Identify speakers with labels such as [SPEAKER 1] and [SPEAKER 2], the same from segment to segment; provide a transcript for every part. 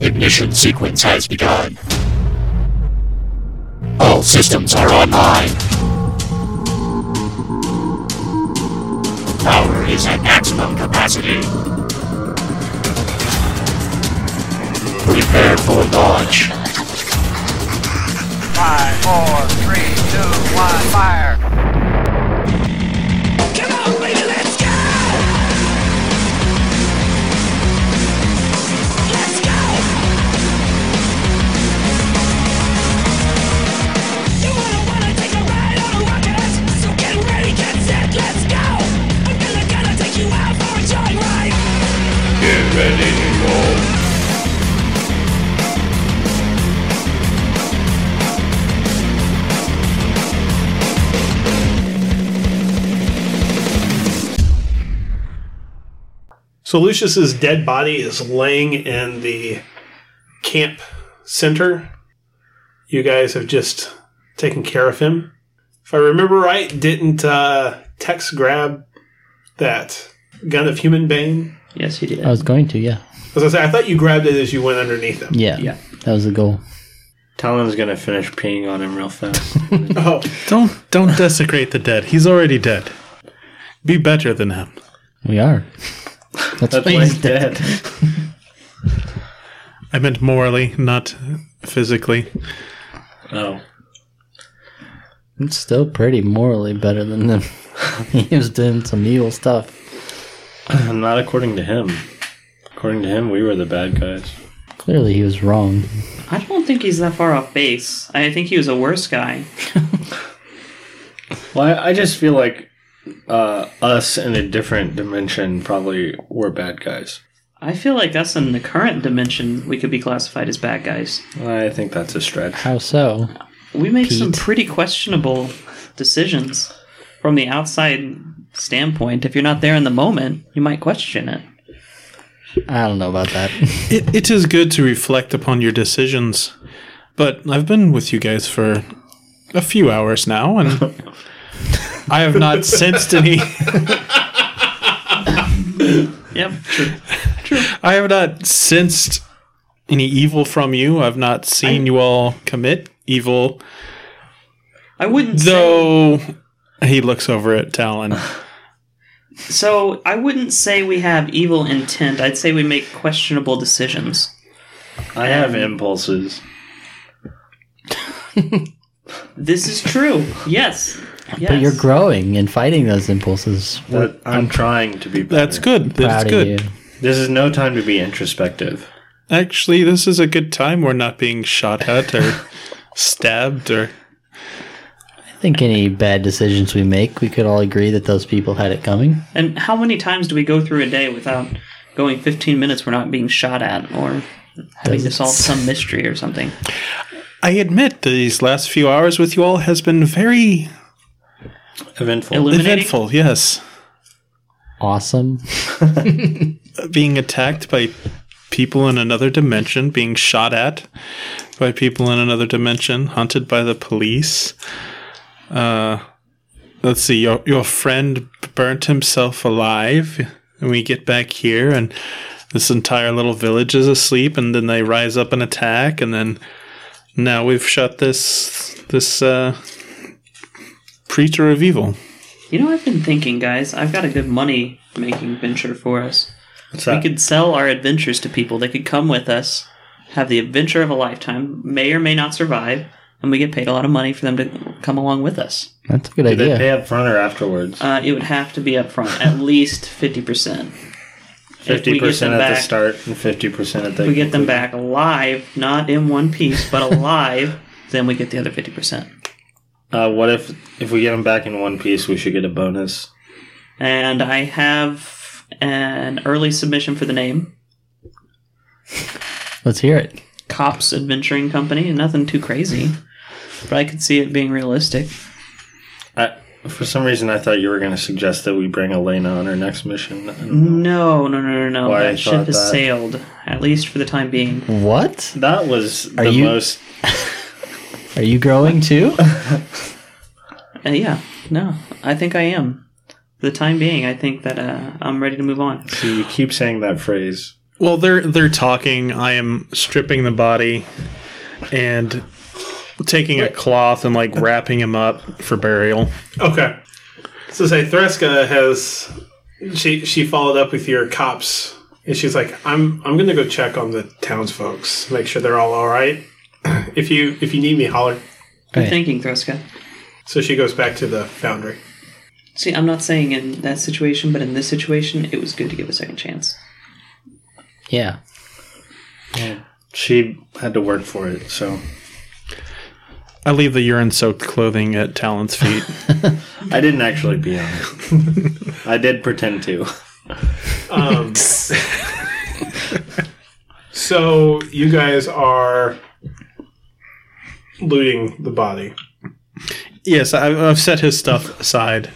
[SPEAKER 1] Ignition sequence has begun. All systems are online. Power is at maximum capacity. Prepare for launch.
[SPEAKER 2] Five, four, three, two, one, fire!
[SPEAKER 3] Get ready to roll.
[SPEAKER 4] So Lucius's dead body is laying in the camp center. You guys have just taken care of him. If I remember right, didn't uh, Tex grab that gun of human bane?
[SPEAKER 5] Yes, he did.
[SPEAKER 6] I was going to, yeah.
[SPEAKER 4] As I say, I thought you grabbed it as you went underneath him.
[SPEAKER 6] Yeah.
[SPEAKER 5] Yeah.
[SPEAKER 6] That was the goal.
[SPEAKER 5] Talon's gonna finish peeing on him real fast.
[SPEAKER 4] Oh,
[SPEAKER 7] Don't don't desecrate the dead. He's already dead. Be better than him.
[SPEAKER 6] We are. That's,
[SPEAKER 5] That's
[SPEAKER 6] why
[SPEAKER 5] why
[SPEAKER 6] he's
[SPEAKER 5] he's
[SPEAKER 6] dead.
[SPEAKER 5] dead.
[SPEAKER 7] I meant morally, not physically.
[SPEAKER 5] oh,
[SPEAKER 6] It's still pretty morally better than them. he was doing some evil stuff.
[SPEAKER 5] not according to him. According to him, we were the bad guys.
[SPEAKER 6] Clearly, he was wrong.
[SPEAKER 8] I don't think he's that far off base. I think he was a worse guy.
[SPEAKER 5] Well, I, I just feel like uh, us in a different dimension probably were bad guys.
[SPEAKER 8] I feel like that's in the current dimension we could be classified as bad guys.
[SPEAKER 5] I think that's a stretch.
[SPEAKER 6] How so?
[SPEAKER 8] We make some
[SPEAKER 6] Pete.
[SPEAKER 8] pretty questionable decisions from the outside standpoint. If you're not there in the moment, you might question it.
[SPEAKER 6] I don't know about that.
[SPEAKER 7] It, it is good to reflect upon your decisions, but I've been with you guys for a few hours now, and I have not sensed any.
[SPEAKER 8] Yep, true.
[SPEAKER 7] I have not sensed any evil from you. I've not seen you all commit evil,
[SPEAKER 8] I wouldn't say
[SPEAKER 7] though. He looks over at Talon.
[SPEAKER 8] so. I wouldn't say we have evil intent. I'd say we make questionable decisions.
[SPEAKER 5] I have impulses.
[SPEAKER 8] This is true. Yes. yes.
[SPEAKER 6] But you're growing and fighting those impulses. We're
[SPEAKER 5] But I'm trying to be better.
[SPEAKER 7] That's good. That's
[SPEAKER 6] proud
[SPEAKER 7] good.
[SPEAKER 6] of you.
[SPEAKER 5] This is no time to be introspective.
[SPEAKER 7] Actually, this is a good time. We're not being shot at or stabbed or.
[SPEAKER 6] I think any bad decisions we make, we could all agree that those people had it coming.
[SPEAKER 8] And how many times do we go through a day without going 15 minutes we're not being shot at or having to
[SPEAKER 6] Doesn't-
[SPEAKER 8] solve some mystery or something?
[SPEAKER 7] I admit these last few hours with you all has been very
[SPEAKER 5] Eventful.
[SPEAKER 8] Illuminating?
[SPEAKER 7] eventful. Yes,
[SPEAKER 6] Awesome.
[SPEAKER 7] being attacked by people in another dimension, being shot at by people in another dimension, hunted by the police. Uh, let's see. Your your friend burnt himself alive, and we get back here, and this entire little village is asleep, and then they rise up and attack, and then now we've shot this this uh, preacher of evil.
[SPEAKER 8] You know, I've been thinking, guys, I've got a good money making venture for us.
[SPEAKER 5] What's
[SPEAKER 8] We
[SPEAKER 5] that?
[SPEAKER 8] could sell our adventures to people. They could come with us, have the adventure of a lifetime, may or may not survive, and we get paid a lot of money for them to come along with us.
[SPEAKER 6] That's a good
[SPEAKER 5] Did they
[SPEAKER 6] idea.
[SPEAKER 5] pay up front or afterwards?
[SPEAKER 8] Uh, it would have to be up front, at least 50%. If we
[SPEAKER 5] Fifty
[SPEAKER 8] get
[SPEAKER 5] percent
[SPEAKER 8] them
[SPEAKER 5] at the
[SPEAKER 8] back-
[SPEAKER 5] start and fifty percent at the.
[SPEAKER 8] If we get them back alive, not in one piece, but alive, then we get the other 50%.
[SPEAKER 5] Uh, what if if we get them back in one piece, we should get a bonus?
[SPEAKER 8] And I have an early submission for the name
[SPEAKER 6] Let's hear it.
[SPEAKER 8] Cops Adventuring Company. Nothing too crazy, but I could see it being realistic.
[SPEAKER 5] I, for some reason, I thought you were going to suggest that we bring Elena on our next mission. I don't know.
[SPEAKER 8] No, no, no, no, no.
[SPEAKER 5] Why I
[SPEAKER 8] that ship
[SPEAKER 5] thought
[SPEAKER 8] has
[SPEAKER 5] that.
[SPEAKER 8] sailed, at least for the time being.
[SPEAKER 6] What?
[SPEAKER 5] That was
[SPEAKER 6] Are
[SPEAKER 5] the
[SPEAKER 6] you-
[SPEAKER 5] most.
[SPEAKER 6] Are you growing too?
[SPEAKER 8] Uh, yeah, no, I think I am. For the time being, I think that uh, I'm ready to move on.
[SPEAKER 5] You keep saying that phrase.
[SPEAKER 7] Well, they're they're talking. I am stripping the body and taking a cloth and like wrapping him up for burial.
[SPEAKER 4] Okay. So say Threska has she she followed up with your cops and she's like, I'm I'm gonna go check on the townsfolks, make sure they're all alright. if you if you need me, holler.
[SPEAKER 8] Good
[SPEAKER 6] Right.
[SPEAKER 8] thinking, Threska.
[SPEAKER 4] So she goes back to the foundry.
[SPEAKER 8] See, I'm not saying in that situation, but in this situation, it was good to give a second chance.
[SPEAKER 6] Yeah.
[SPEAKER 5] She had to work for it, so
[SPEAKER 7] I leave the urine-soaked clothing at Talon's feet.
[SPEAKER 5] I didn't actually pee on it. I did pretend to.
[SPEAKER 4] Um, so you guys are looting the body.
[SPEAKER 7] yes, I, I've set his stuff aside.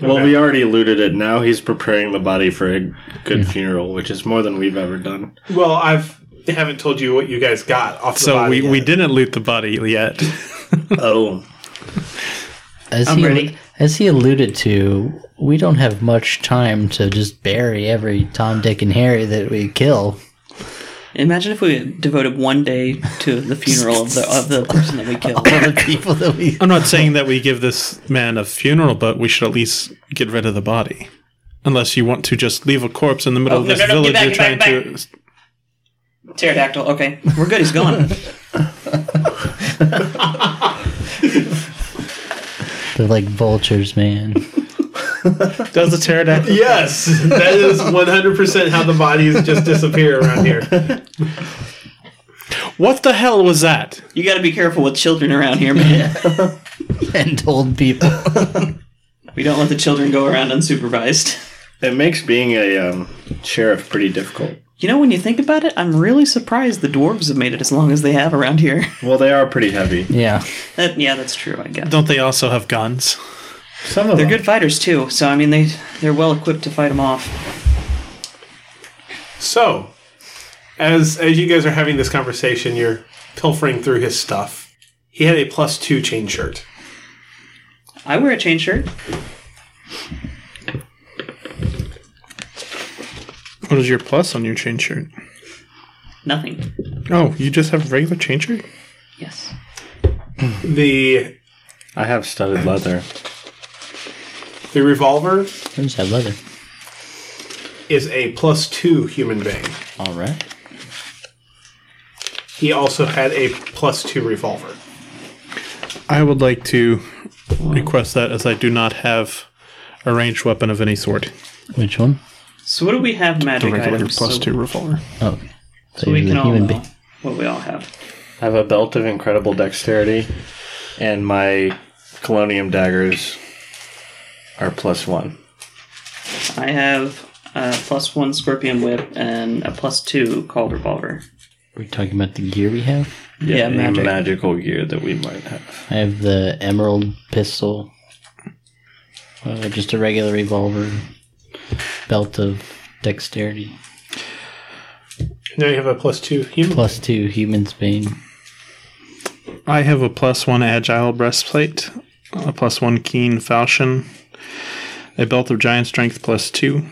[SPEAKER 5] Well, we already looted it. Now he's preparing the body for a good funeral, which is more than we've ever done.
[SPEAKER 4] Well, I've haven't told you what you guys got off the
[SPEAKER 7] So
[SPEAKER 4] body
[SPEAKER 7] we, we
[SPEAKER 4] yet.
[SPEAKER 7] didn't loot the body yet.
[SPEAKER 5] Oh,
[SPEAKER 6] As
[SPEAKER 8] I'm
[SPEAKER 6] he,
[SPEAKER 8] ready.
[SPEAKER 6] As he alluded to, we don't have much time to just bury every Tom, Dick, and Harry that we kill.
[SPEAKER 8] Imagine if we had devoted one day to the funeral of the of the person that we killed.
[SPEAKER 6] All the people that we.
[SPEAKER 7] I'm not saying that we give this man a funeral, but we should at least get rid of the body. Unless you want to just leave a corpse in the middle
[SPEAKER 8] Oh,
[SPEAKER 7] of
[SPEAKER 8] no,
[SPEAKER 7] this
[SPEAKER 8] no, no,
[SPEAKER 7] village
[SPEAKER 8] get back,
[SPEAKER 7] you're trying
[SPEAKER 8] get back,
[SPEAKER 7] to.
[SPEAKER 8] Pterodactyl. Okay, we're good. He's gone.
[SPEAKER 6] They're like vultures, man.
[SPEAKER 7] Does the pterodactyl?
[SPEAKER 4] Yes, that is 100% how the bodies just disappear around here.
[SPEAKER 7] What the hell was that?
[SPEAKER 8] You got to be careful with children around here, man.
[SPEAKER 6] and old people.
[SPEAKER 8] We don't let the children go around unsupervised.
[SPEAKER 5] it makes being a um, sheriff pretty difficult.
[SPEAKER 8] You know, when you think about it, I'm really surprised the dwarves have made it as long as they have around here.
[SPEAKER 5] Well, they are pretty heavy.
[SPEAKER 6] Yeah.
[SPEAKER 8] That, yeah, that's true. I guess
[SPEAKER 7] Don't they also have guns?
[SPEAKER 5] Some of
[SPEAKER 8] they're
[SPEAKER 5] them.
[SPEAKER 8] good fighters too. So I mean, they they're well equipped to fight them off.
[SPEAKER 4] So, as as you guys are having this conversation, you're pilfering through his stuff. He had a plus two chain shirt.
[SPEAKER 8] I wear a chain shirt.
[SPEAKER 7] What is your plus on your chain shirt?
[SPEAKER 8] Nothing.
[SPEAKER 7] Oh, you just have regular chain shirt?
[SPEAKER 8] Yes.
[SPEAKER 4] The
[SPEAKER 5] I have studded leather.
[SPEAKER 4] the revolver
[SPEAKER 6] Where's that leather?
[SPEAKER 4] is a plus two human being.
[SPEAKER 6] All right.
[SPEAKER 4] He also had a plus two revolver.
[SPEAKER 7] I would like to request that as I do not have a ranged weapon of any sort.
[SPEAKER 6] Which one?
[SPEAKER 8] So what do we have magic items?
[SPEAKER 7] plus
[SPEAKER 8] so,
[SPEAKER 7] two revolver.
[SPEAKER 6] Oh. So,
[SPEAKER 8] we
[SPEAKER 6] you're
[SPEAKER 8] can
[SPEAKER 6] the
[SPEAKER 8] all know
[SPEAKER 6] being.
[SPEAKER 8] what we all have.
[SPEAKER 5] I have a belt of incredible dexterity, and my colonium daggers are plus one.
[SPEAKER 8] I have a plus one scorpion whip and a plus two called revolver.
[SPEAKER 6] Are we talking about the gear we have?
[SPEAKER 8] Yeah,
[SPEAKER 5] any
[SPEAKER 8] magic.
[SPEAKER 5] magical gear that we might have.
[SPEAKER 6] I have the emerald pistol, uh, just a regular revolver, belt of dexterity,
[SPEAKER 4] Now you have a plus two human.
[SPEAKER 6] plus two human speed.
[SPEAKER 7] I have a plus one agile breastplate, a plus one keen falchion, a belt of giant strength plus two,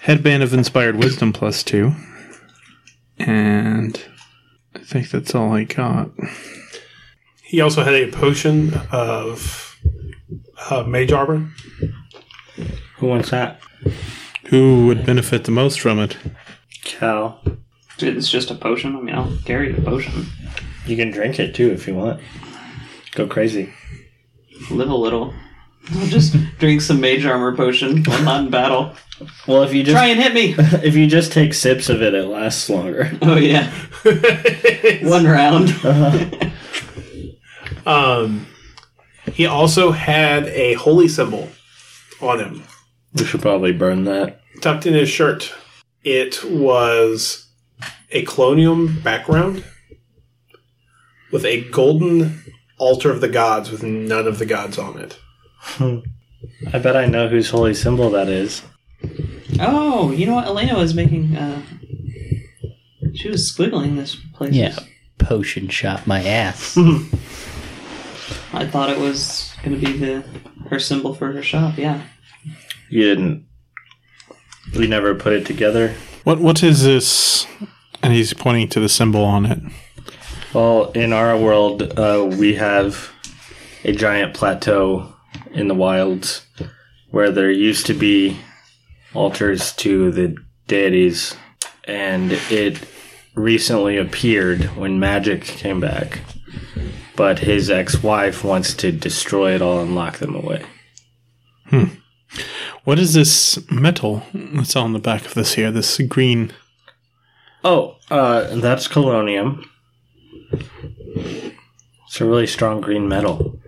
[SPEAKER 7] headband of inspired wisdom plus two, and I think that's all I got.
[SPEAKER 4] He also had a potion of uh, mage armor.
[SPEAKER 5] Who wants that?
[SPEAKER 7] Who would benefit the most from it?
[SPEAKER 5] Cal.
[SPEAKER 8] Dude, it's just a potion. I mean, I'll carry the potion.
[SPEAKER 5] You can drink it too if you want. Go crazy.
[SPEAKER 8] Live a little. I'll just drink some mage armor potion. I'm not in battle.
[SPEAKER 5] Well, if you just
[SPEAKER 8] Try and hit me.
[SPEAKER 5] if you just take sips of it, it lasts longer.
[SPEAKER 8] Oh yeah. One round.
[SPEAKER 4] Um, he also had a holy symbol on him.
[SPEAKER 5] We should probably burn that.
[SPEAKER 4] tucked in his shirt. It was a colonium background with a golden altar of the gods with none of the gods on it.
[SPEAKER 5] I bet I know whose holy symbol that is.
[SPEAKER 8] Oh, you know what? Elena was making. Uh, she was squiggling this place.
[SPEAKER 6] Yeah, potion shot my ass.
[SPEAKER 8] I thought it was gonna be the her symbol for her shop. Yeah.
[SPEAKER 5] You didn't. We never put it together.
[SPEAKER 7] What what is this? And he's pointing to the symbol on it.
[SPEAKER 5] Well, in our world, uh, we have a giant plateau in the wilds where there used to be altars to the deities, and it recently appeared when magic came back. But his ex wife wants to destroy it all and lock them away.
[SPEAKER 7] What is this metal that's on the back of this here? This green.
[SPEAKER 5] Oh, uh, that's Colonium. It's a really strong green metal.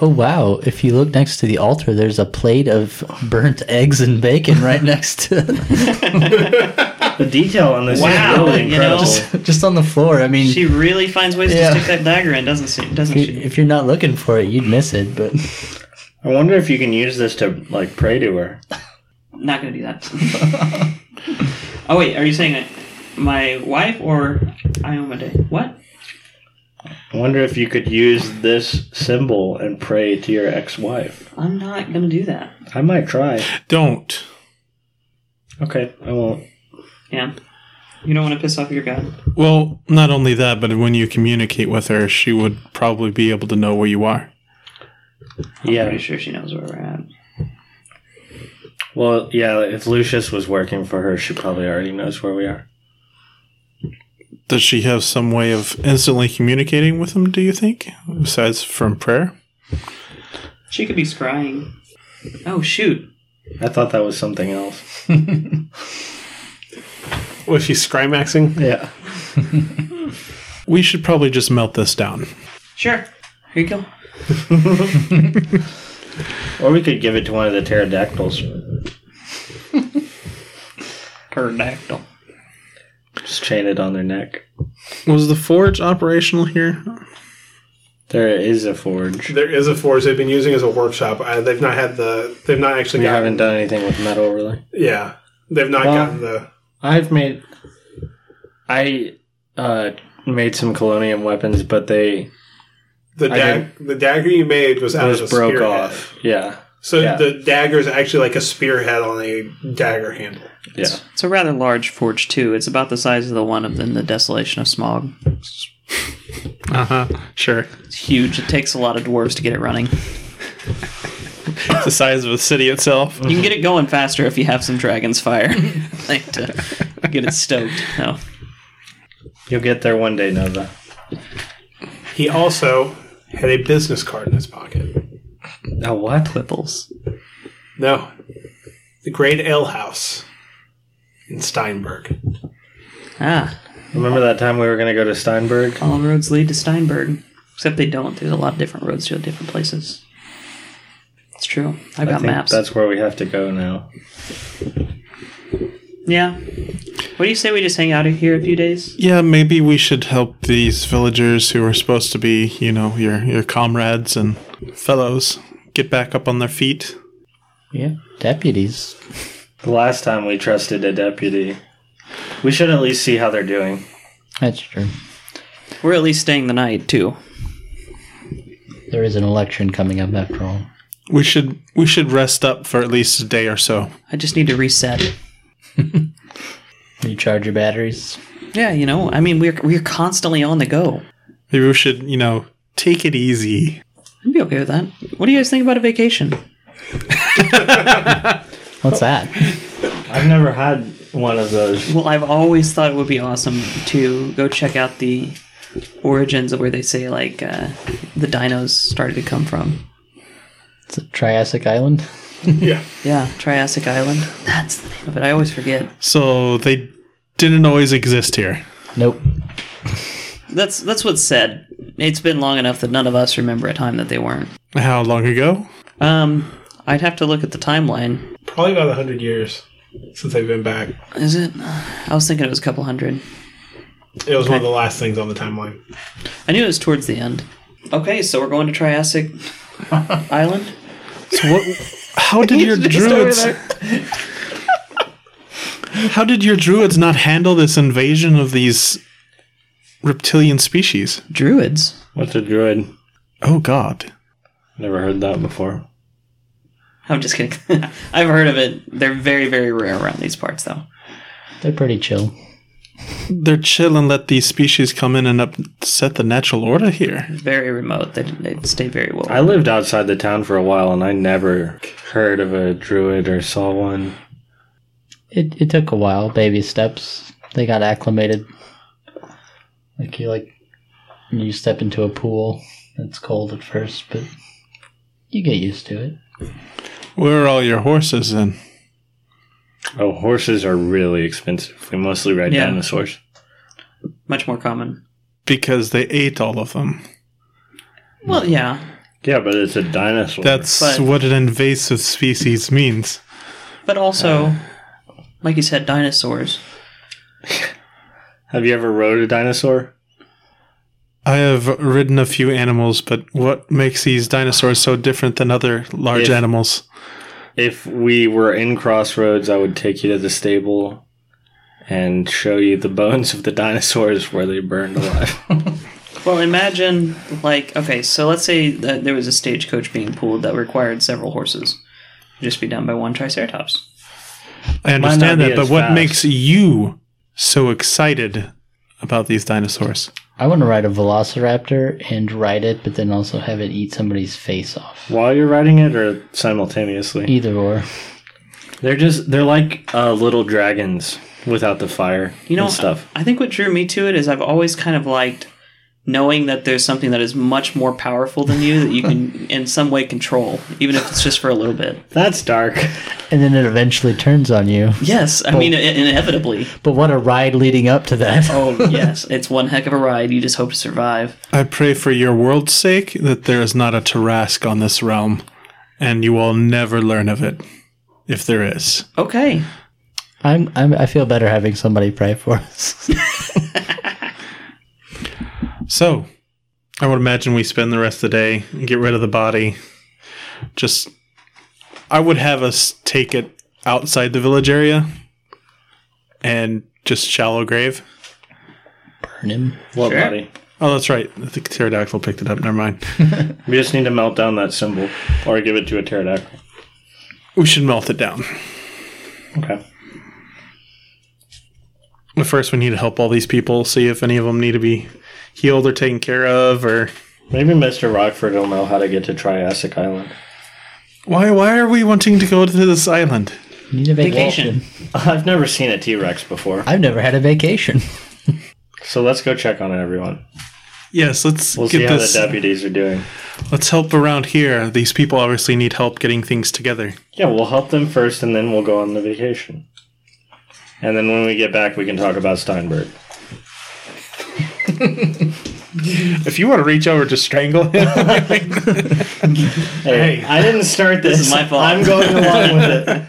[SPEAKER 6] Oh wow! If you look next to the altar, there's a plate of burnt eggs and bacon right next to it,
[SPEAKER 5] The detail on this
[SPEAKER 8] Wow,
[SPEAKER 5] is really
[SPEAKER 8] you know.
[SPEAKER 5] incredible.
[SPEAKER 6] just on the floor. I mean,
[SPEAKER 8] She really finds ways
[SPEAKER 6] Yeah.
[SPEAKER 8] to stick that dagger in, doesn't she? Doesn't she?
[SPEAKER 6] if you're not looking for it, you'd miss it. But
[SPEAKER 5] I wonder if you can use this to like pray to her.
[SPEAKER 8] Not gonna do that. oh wait, are you saying that my wife or Iomade? What?
[SPEAKER 5] I wonder if you could use this symbol and pray to your ex-wife.
[SPEAKER 8] I'm not gonna do that.
[SPEAKER 5] I might try.
[SPEAKER 7] Don't.
[SPEAKER 5] Okay, I won't.
[SPEAKER 8] Yeah. You don't want to piss off your god.
[SPEAKER 7] Well, not only that, but when you communicate with her, she would probably be able to know where you are.
[SPEAKER 5] Yeah.
[SPEAKER 8] Pretty sure she knows where we're at.
[SPEAKER 5] Well, yeah. If Lucius was working for her, she probably already knows where we are.
[SPEAKER 7] Does she have some way of instantly communicating with him, do you think? Besides from prayer?
[SPEAKER 8] She could be scrying. Oh shoot.
[SPEAKER 5] I thought that was something else.
[SPEAKER 4] Was she scrymaxing?
[SPEAKER 5] Yeah.
[SPEAKER 7] We should probably just melt this down.
[SPEAKER 8] Sure. Here you go.
[SPEAKER 5] Or we could give it to one of the pterodactyls.
[SPEAKER 8] Pterodactyl.
[SPEAKER 5] Just chain it on their neck.
[SPEAKER 7] Was the forge operational here?
[SPEAKER 5] There is a forge.
[SPEAKER 4] There is a forge they've been using as a workshop. Uh, they've not had the. They've not actually
[SPEAKER 5] We
[SPEAKER 4] gotten.
[SPEAKER 5] haven't done anything with metal really.
[SPEAKER 4] Yeah, they've not
[SPEAKER 5] Well-
[SPEAKER 4] gotten the.
[SPEAKER 5] I've made I uh made some colonium weapons, but they
[SPEAKER 4] The,
[SPEAKER 5] I
[SPEAKER 4] dag- the dagger you made was out
[SPEAKER 5] those
[SPEAKER 4] of a
[SPEAKER 5] broke
[SPEAKER 4] spearhead.
[SPEAKER 5] off. Yeah.
[SPEAKER 4] So
[SPEAKER 5] Yeah.
[SPEAKER 4] the dagger is actually like a spearhead on a dagger handle.
[SPEAKER 5] Yeah.
[SPEAKER 8] It's a rather large forge too. It's about the size of the one of in the Desolation of Smog.
[SPEAKER 7] Uh huh. Sure.
[SPEAKER 8] It's huge. It takes a lot of dwarves to get it running.
[SPEAKER 7] the size of the city itself.
[SPEAKER 8] You can get it going faster if you have some dragon's fire. like to get it stoked. Oh, No.
[SPEAKER 5] You'll get there one day, Nova.
[SPEAKER 4] He also had a business card in his pocket.
[SPEAKER 5] Oh what?
[SPEAKER 8] Whipples.
[SPEAKER 4] No, the Great Ale House in Steinberg.
[SPEAKER 8] Ah.
[SPEAKER 5] Remember that time we were gonna go to Steinberg?
[SPEAKER 8] All roads lead to Steinberg. Except they don't. There's a lot of different roads to different places. It's true. I've
[SPEAKER 5] I
[SPEAKER 8] got
[SPEAKER 5] think
[SPEAKER 8] maps.
[SPEAKER 5] that's where we have to go now.
[SPEAKER 8] Yeah. What do you say we just hang out here a few days?
[SPEAKER 7] Yeah, maybe we should help these villagers who are supposed to be, you know, your your comrades and fellows get back up on their feet.
[SPEAKER 6] yeah, deputies.
[SPEAKER 5] The last time we trusted a deputy. We should at least see how they're doing.
[SPEAKER 6] That's true.
[SPEAKER 8] We're at least staying the night too.
[SPEAKER 6] There is an election coming up after all.
[SPEAKER 7] We should we should rest up for at least a day or so.
[SPEAKER 8] I just need to reset.
[SPEAKER 6] You charge your batteries.
[SPEAKER 8] Yeah, you know, I mean, we're we're constantly on the go.
[SPEAKER 7] Maybe we should, you know, take it easy.
[SPEAKER 8] I'd be okay with that. What do you guys think about a vacation?
[SPEAKER 6] What's that?
[SPEAKER 5] I've never had one of those.
[SPEAKER 8] Well, I've always thought it would be awesome to go check out the origins of where they say like uh, the dinos started to come from.
[SPEAKER 6] It's a Triassic Island.
[SPEAKER 8] Yeah, Triassic Island. That's the name of it. I always forget.
[SPEAKER 7] So they didn't always exist here.
[SPEAKER 6] Nope.
[SPEAKER 8] That's that's what's said. It's been long enough that none of us remember a time that they weren't.
[SPEAKER 7] How long ago?
[SPEAKER 8] Um, I'd have to look at the timeline.
[SPEAKER 4] Probably about hundred years since they've been back.
[SPEAKER 8] Is it? I was thinking it was a couple hundred.
[SPEAKER 4] It was one of the last things on the timeline.
[SPEAKER 8] I knew it was towards the end. Okay, so we're going to Triassic Island.
[SPEAKER 7] So what how did your druids How did your druids not handle this invasion of these reptilian species?
[SPEAKER 8] Druids.
[SPEAKER 5] What's a druid?
[SPEAKER 7] Oh god.
[SPEAKER 5] Never heard that before.
[SPEAKER 8] I'm just kidding. I've heard of it. They're very, very rare around these parts, though.
[SPEAKER 6] They're pretty chill.
[SPEAKER 7] They're chill and let these species come in and upset the natural order here.
[SPEAKER 8] Very remote. They, they stay very well.
[SPEAKER 5] I lived outside the town for a while and I never heard of a druid or saw one.
[SPEAKER 6] It it took a while, baby steps. They got acclimated. Like you like you step into a pool. It's cold at first, but you get used to it.
[SPEAKER 7] Where are all your horses then?
[SPEAKER 5] Oh, horses are really expensive. We mostly ride
[SPEAKER 8] Yeah.
[SPEAKER 5] dinosaurs.
[SPEAKER 8] Much more common.
[SPEAKER 7] Because they ate all of them.
[SPEAKER 8] Well, yeah.
[SPEAKER 5] Yeah, but it's a dinosaur.
[SPEAKER 7] That's
[SPEAKER 8] But-
[SPEAKER 7] what an invasive species means.
[SPEAKER 8] But also, like you said, dinosaurs.
[SPEAKER 5] Have you ever rode a dinosaur?
[SPEAKER 7] I have ridden a few animals, but what makes these dinosaurs so different than other large
[SPEAKER 5] If-
[SPEAKER 7] animals?
[SPEAKER 5] If we were in Crossroads, I would take you to the stable and show you the bones of the dinosaurs where they burned alive.
[SPEAKER 8] Well, imagine, like, okay, so let's say that there was a stagecoach being pulled that required several horses. It'd just be done by one triceratops.
[SPEAKER 7] I
[SPEAKER 5] not
[SPEAKER 7] understand
[SPEAKER 5] be
[SPEAKER 7] that, but
[SPEAKER 5] as
[SPEAKER 7] what
[SPEAKER 5] fast.
[SPEAKER 7] makes you so excited about these dinosaurs?
[SPEAKER 6] I want to ride a velociraptor and ride it, but then also have it eat somebody's face off.
[SPEAKER 5] While you're riding it or simultaneously?
[SPEAKER 6] Either or.
[SPEAKER 5] They're just they're like uh, little dragons without the fire
[SPEAKER 8] You know,
[SPEAKER 5] and stuff.
[SPEAKER 8] I think what drew me to it is I've always kind of liked knowing that there's something that is much more powerful than you that you can in some way control, even if it's just for a little bit.
[SPEAKER 5] That's dark.
[SPEAKER 6] And then it eventually turns on you.
[SPEAKER 8] Yes, I mean, i- inevitably.
[SPEAKER 6] But what a ride leading up to that.
[SPEAKER 8] Oh, yes. It's one heck of a ride. You just hope to survive.
[SPEAKER 7] I pray for your world's sake that there is not a Tarask on this realm, and you will never learn of it, if there is.
[SPEAKER 8] Okay.
[SPEAKER 6] I'm, I'm I feel better having somebody pray for us.
[SPEAKER 7] So, I would imagine we spend the rest of the day and get rid of the body. Just, I would have us take it outside the village area and just shallow grave.
[SPEAKER 6] Burn him.
[SPEAKER 5] What body?
[SPEAKER 7] Oh, that's right. I think pterodactyl picked it up. Never mind.
[SPEAKER 5] We just need to melt down that symbol or give it to a pterodactyl.
[SPEAKER 7] We should melt it down.
[SPEAKER 5] Okay.
[SPEAKER 7] But first, we need to help all these people, see if any of them need to be healed or taken care of, or
[SPEAKER 5] Maybe Mr. Rockford will know how to get to Triassic Island.
[SPEAKER 7] Why? Why are we wanting to go to this island?
[SPEAKER 6] You need a vacation.
[SPEAKER 8] Vacation.
[SPEAKER 5] I've never seen a T Rex before,
[SPEAKER 6] I've never had a vacation.
[SPEAKER 5] so let's go check on everyone.
[SPEAKER 7] Yes, let's
[SPEAKER 5] We'll see
[SPEAKER 7] get
[SPEAKER 5] how
[SPEAKER 7] this.
[SPEAKER 5] the deputies are doing.
[SPEAKER 7] Let's help around here. These people obviously need help getting things together.
[SPEAKER 5] Yeah, we'll help them first, and then we'll go on the vacation. And then when we get back, we can talk about Steinberg.
[SPEAKER 7] If you want to reach over to strangle him,
[SPEAKER 5] Hey,
[SPEAKER 4] Hey.
[SPEAKER 5] I didn't start this.
[SPEAKER 8] is my fault.
[SPEAKER 5] I'm going along with it.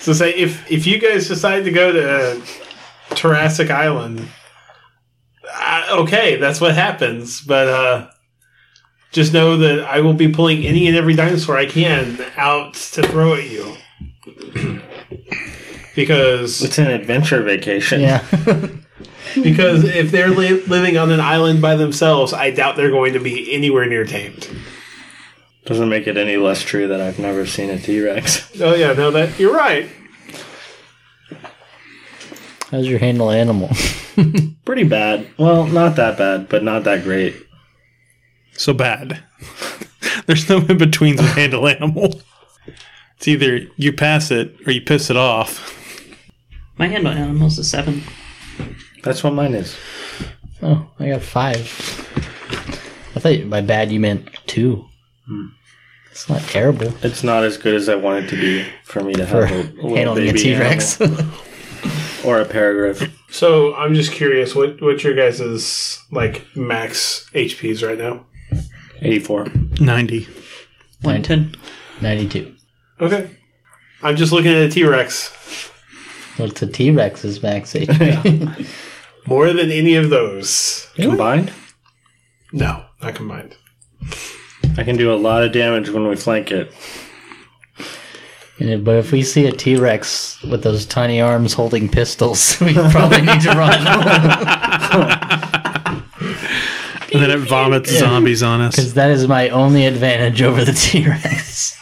[SPEAKER 4] So say if if you guys decide to go to Jurassic Island, I, okay, that's what happens. But uh, just know that I will be pulling any and every dinosaur I can out to throw at you. because
[SPEAKER 5] It's an adventure vacation.
[SPEAKER 6] Yeah.
[SPEAKER 4] because if they're li- living on an island by themselves, I doubt they're going to be anywhere near tamed.
[SPEAKER 5] Doesn't make it any less true that I've never seen a T Rex.
[SPEAKER 4] Oh yeah, no, that you're right.
[SPEAKER 6] How's your handle animal?
[SPEAKER 5] Pretty bad. Well, not that bad, but not that great.
[SPEAKER 7] so bad. There's no in betweens with handle animal. It's either you pass it or you piss it off.
[SPEAKER 8] My handle animal's a seven.
[SPEAKER 5] That's what mine is.
[SPEAKER 6] Oh, I got five. I thought by bad you meant two. Hmm. It's not terrible
[SPEAKER 5] It's not as good as I want it to be for me to
[SPEAKER 6] for
[SPEAKER 5] have a little
[SPEAKER 6] handling a
[SPEAKER 5] baby
[SPEAKER 6] T Rex.
[SPEAKER 5] animal or a paragraph.
[SPEAKER 4] So I'm just curious, what what's your guys' like max HPs right now?
[SPEAKER 5] 84.
[SPEAKER 7] Ninety.
[SPEAKER 8] One ten.
[SPEAKER 6] 92.
[SPEAKER 4] Okay. I'm just looking at a T Rex.
[SPEAKER 6] Look, the T Rex is max HP.
[SPEAKER 4] More than any of those.
[SPEAKER 5] Combined?
[SPEAKER 4] No, not combined.
[SPEAKER 5] I can do a lot of damage when we flank it.
[SPEAKER 6] And if- but if we see a T Rex with those tiny arms holding pistols, we probably need to run.
[SPEAKER 7] And then it vomits zombies on us.
[SPEAKER 6] Because that is my only advantage over the T Rex.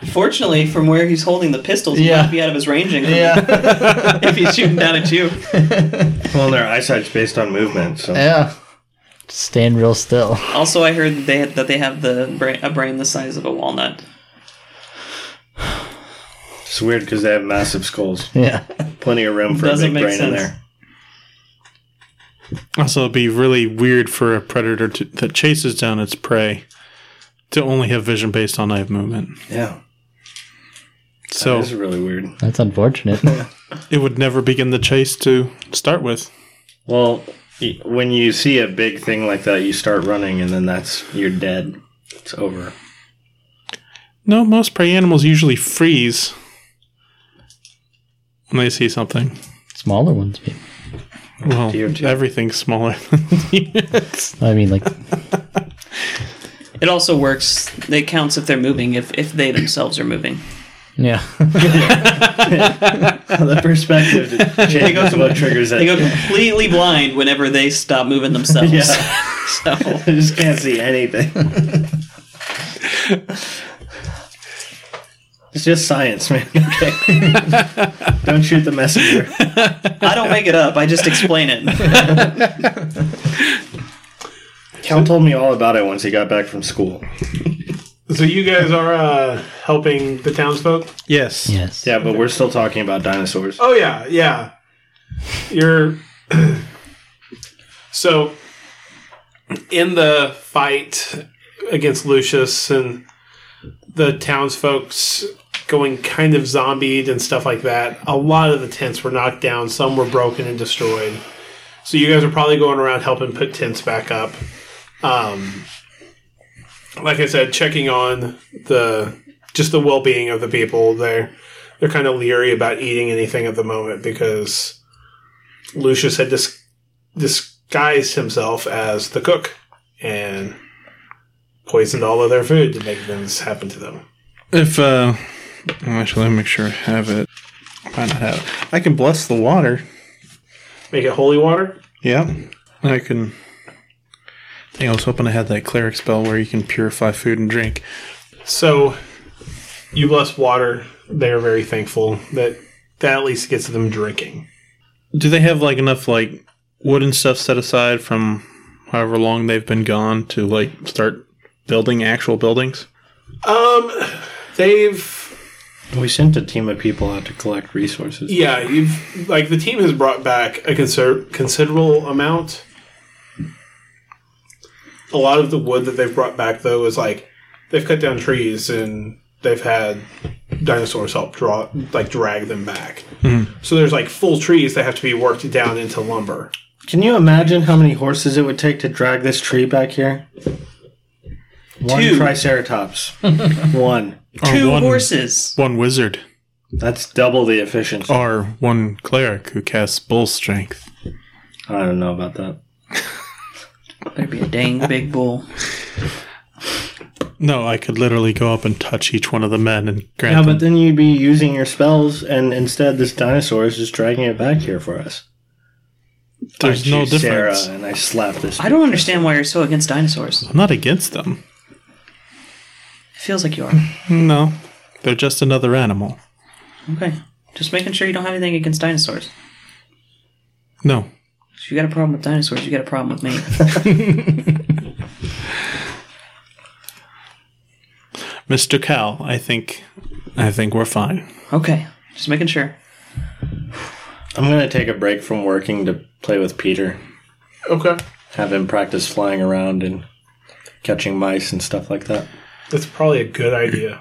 [SPEAKER 8] Unfortunately, from where he's holding the pistols, he
[SPEAKER 6] Yeah.
[SPEAKER 8] might be out of his range increment
[SPEAKER 6] Yeah.
[SPEAKER 8] if he's shooting down at you.
[SPEAKER 5] Well, their eyesight's based on movement, so
[SPEAKER 6] yeah. Just stand real still.
[SPEAKER 8] Also, I heard that they had, that they have the brain, a brain the size of a walnut.
[SPEAKER 5] it's weird because they have massive skulls.
[SPEAKER 6] Yeah.
[SPEAKER 5] Plenty of room for
[SPEAKER 8] Doesn't
[SPEAKER 5] a big
[SPEAKER 8] make
[SPEAKER 5] brain in
[SPEAKER 8] sense.
[SPEAKER 5] there.
[SPEAKER 7] Also, it'd be really weird for a predator to, that chases down its prey to only have vision based on eye movement.
[SPEAKER 5] Yeah,
[SPEAKER 7] So
[SPEAKER 5] it's really weird.
[SPEAKER 6] That's unfortunate.
[SPEAKER 7] it would never begin the chase to start with.
[SPEAKER 5] Well, y- when you see a big thing like that, you start running, and then that's you're dead. It's over.
[SPEAKER 7] No, most prey animals usually freeze when they see something.
[SPEAKER 6] Smaller ones. maybe.
[SPEAKER 7] Well,
[SPEAKER 5] Deer too.
[SPEAKER 7] everything's smaller than humans.
[SPEAKER 6] I mean, like,
[SPEAKER 8] It also works. It counts if they're moving, if if they themselves are moving.
[SPEAKER 6] yeah.
[SPEAKER 5] the perspective changes what triggers it.
[SPEAKER 8] They go completely blind whenever they stop moving themselves.
[SPEAKER 5] Yeah.
[SPEAKER 8] So
[SPEAKER 5] I just can't see anything. it's just science, man. Okay. Don't shoot the messenger.
[SPEAKER 8] I don't make it up. I just explain it.
[SPEAKER 5] Cal told me all about it once he got back from school.
[SPEAKER 4] So you guys are uh, helping the townsfolk?
[SPEAKER 7] yes.
[SPEAKER 6] Yes.
[SPEAKER 5] Yeah, but we're still talking about dinosaurs.
[SPEAKER 4] Oh yeah, yeah. You're so in the fight against Lucius and the townsfolk's going kind of zombied and stuff like that. A lot of the tents were knocked down, some were broken and destroyed. So you guys are probably going around helping put tents back up. Um, like I said, checking on the just the well being of the people there they're kind of leery about eating anything at the moment because Lucius had dis- disguised himself as the cook and poisoned all of their food to make this happen to them.
[SPEAKER 7] If, uh, actually, let me make sure I have it. I might not have it. I can bless the water.
[SPEAKER 4] Make it holy water.
[SPEAKER 7] Yeah. I can. I think I was hoping I had that cleric spell where you can purify food and drink.
[SPEAKER 4] So you bless water. They are very thankful that that at least gets them drinking.
[SPEAKER 7] Do they have like enough like wooden stuff set aside from however long they've been gone to like start building actual buildings?
[SPEAKER 4] Um, they've
[SPEAKER 5] We sent a team of people out to collect resources.
[SPEAKER 4] Yeah, you've like the team has brought back a conser- considerable amount. A lot of the wood that they've brought back though is like they've cut down trees and they've had dinosaurs help draw like drag them back. So there's like full trees that have to be worked down into lumber.
[SPEAKER 5] Can you imagine how many horses it would take to drag this tree back here? One
[SPEAKER 8] Two.
[SPEAKER 5] triceratops. One.
[SPEAKER 8] Two
[SPEAKER 7] Or one,
[SPEAKER 8] horses.
[SPEAKER 7] One wizard
[SPEAKER 5] That's double the efficiency.
[SPEAKER 7] or one cleric who casts bull strength.
[SPEAKER 5] I don't know about that.
[SPEAKER 8] There'd be a dang big bull.
[SPEAKER 7] No, I could literally go up and touch each one of the men and grant
[SPEAKER 5] Yeah,
[SPEAKER 7] them.
[SPEAKER 5] but then you'd be using your spells, and instead, this dinosaur is just dragging it back here for us.
[SPEAKER 7] There's
[SPEAKER 5] I
[SPEAKER 7] no
[SPEAKER 5] choose
[SPEAKER 7] difference.
[SPEAKER 5] Sarah, and I slap this.
[SPEAKER 8] I don't understand why you're so against dinosaurs. It
[SPEAKER 7] I'm not against them.
[SPEAKER 8] feels like you are.
[SPEAKER 7] No, they're just another animal.
[SPEAKER 8] Okay. Just making sure you don't have anything against dinosaurs.
[SPEAKER 7] No,
[SPEAKER 8] If you got a problem with dinosaurs, you got a problem with me.
[SPEAKER 7] Mr. Cal, I think, I think we're fine.
[SPEAKER 8] Okay. Just making sure.
[SPEAKER 5] I'm gonna take a break from working to play with Peter,
[SPEAKER 4] Okay,
[SPEAKER 5] have him practice flying around and catching mice and stuff like that.
[SPEAKER 4] that's probably a good idea.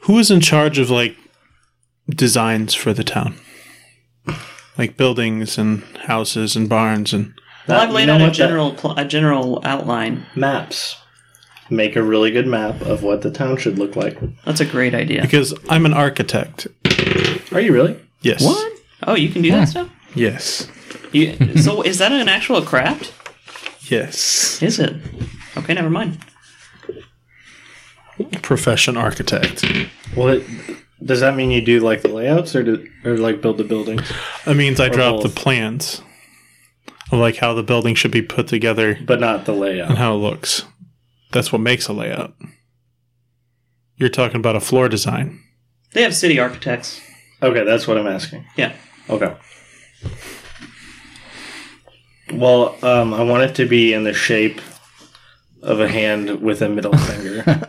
[SPEAKER 7] Who is in charge of like designs for the town, like buildings and houses and barns and
[SPEAKER 8] Well, I've
[SPEAKER 5] You
[SPEAKER 8] laid
[SPEAKER 5] know
[SPEAKER 8] out a
[SPEAKER 5] what, that-
[SPEAKER 8] general pl- a general outline.
[SPEAKER 5] maps. Make a really good map of what the town should look like.
[SPEAKER 8] That's a great idea.
[SPEAKER 7] because I'm an architect.
[SPEAKER 5] Are you really?
[SPEAKER 7] Yes. What?
[SPEAKER 8] Oh, you can do that stuff.
[SPEAKER 7] Yes.
[SPEAKER 8] You, so is that an actual craft?
[SPEAKER 7] Yes.
[SPEAKER 8] Is it? Okay, never mind.
[SPEAKER 7] Profession architect.
[SPEAKER 5] Well, it, does that mean you do like the layouts, or do, or like build the buildings?
[SPEAKER 7] That means I drop the
[SPEAKER 5] both.
[SPEAKER 7] plans of like how the building should be put together
[SPEAKER 5] But not the
[SPEAKER 7] and
[SPEAKER 5] layout.
[SPEAKER 7] how it looks. That's what makes a layout. You're talking about a floor design.
[SPEAKER 8] They have city architects.
[SPEAKER 5] Okay, that's what I'm asking.
[SPEAKER 8] Yeah.
[SPEAKER 5] Okay. Well, um, I want it to be in the shape of a hand with a middle finger.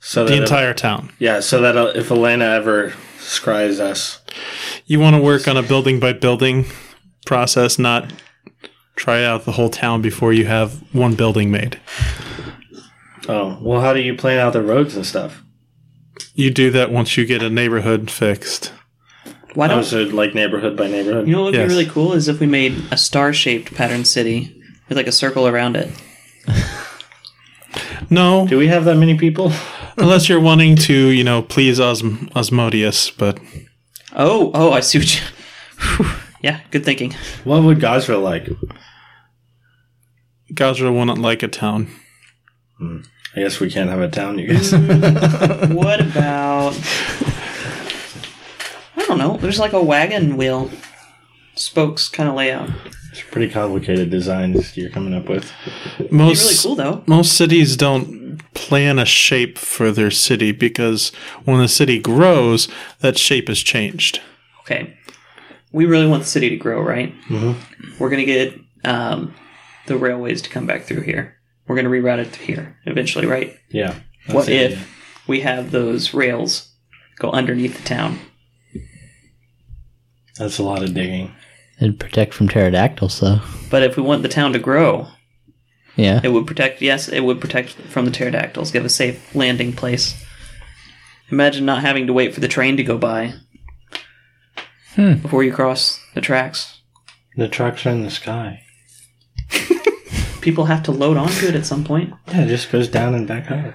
[SPEAKER 5] So
[SPEAKER 7] The
[SPEAKER 5] that
[SPEAKER 7] entire town.
[SPEAKER 5] yeah, so that uh, if Elena ever scries us,
[SPEAKER 7] You want to work on a building by building process, not try out the whole town before you have one building made.
[SPEAKER 5] oh well, how do you plan out the roads and stuff?
[SPEAKER 7] You do that once you get a neighborhood fixed.
[SPEAKER 8] Why
[SPEAKER 5] Oh,
[SPEAKER 8] don't
[SPEAKER 5] so like neighborhood by neighborhood.
[SPEAKER 8] you know what would
[SPEAKER 7] Yes.
[SPEAKER 8] be really cool is if we made a star-shaped pattern city with like a circle around it.
[SPEAKER 7] No,
[SPEAKER 5] do we have that many people?
[SPEAKER 7] unless you're wanting to, you know, please Osm- Osmodius, but
[SPEAKER 8] Oh, oh, I see what you. Whew. yeah, good thinking.
[SPEAKER 5] What would Gosra like?
[SPEAKER 7] Gazra wouldn't like a town.
[SPEAKER 5] I guess we can't have a town, you guys.
[SPEAKER 8] What about? I don't know. There's like a wagon wheel, spokes kind of layout. It'd
[SPEAKER 5] it's pretty complicated designs you're coming up with.
[SPEAKER 8] be
[SPEAKER 7] Most
[SPEAKER 8] really cool though.
[SPEAKER 7] most cities don't plan a shape for their city because when the city grows, that shape is changed.
[SPEAKER 8] Okay, we really want the city to grow, right? Mm-hmm. We're gonna get um, the railways to come back through here. We're gonna reroute it through here eventually, right?
[SPEAKER 5] Yeah. that's
[SPEAKER 8] What
[SPEAKER 5] the
[SPEAKER 8] if
[SPEAKER 5] idea.
[SPEAKER 8] we have those rails go underneath the town?
[SPEAKER 5] That's a lot of digging.
[SPEAKER 6] It'd protect from pterodactyls, though.
[SPEAKER 8] But if we want the town to grow,
[SPEAKER 6] Yeah.
[SPEAKER 8] it would protect. Yes, it would protect from the pterodactyls. Give a safe landing place. Imagine not having to wait for the train to go by
[SPEAKER 6] Hmm.
[SPEAKER 8] before you cross the tracks.
[SPEAKER 5] The trucks are in the sky.
[SPEAKER 8] People have to load onto it at some point.
[SPEAKER 5] Yeah, it just goes down and back up.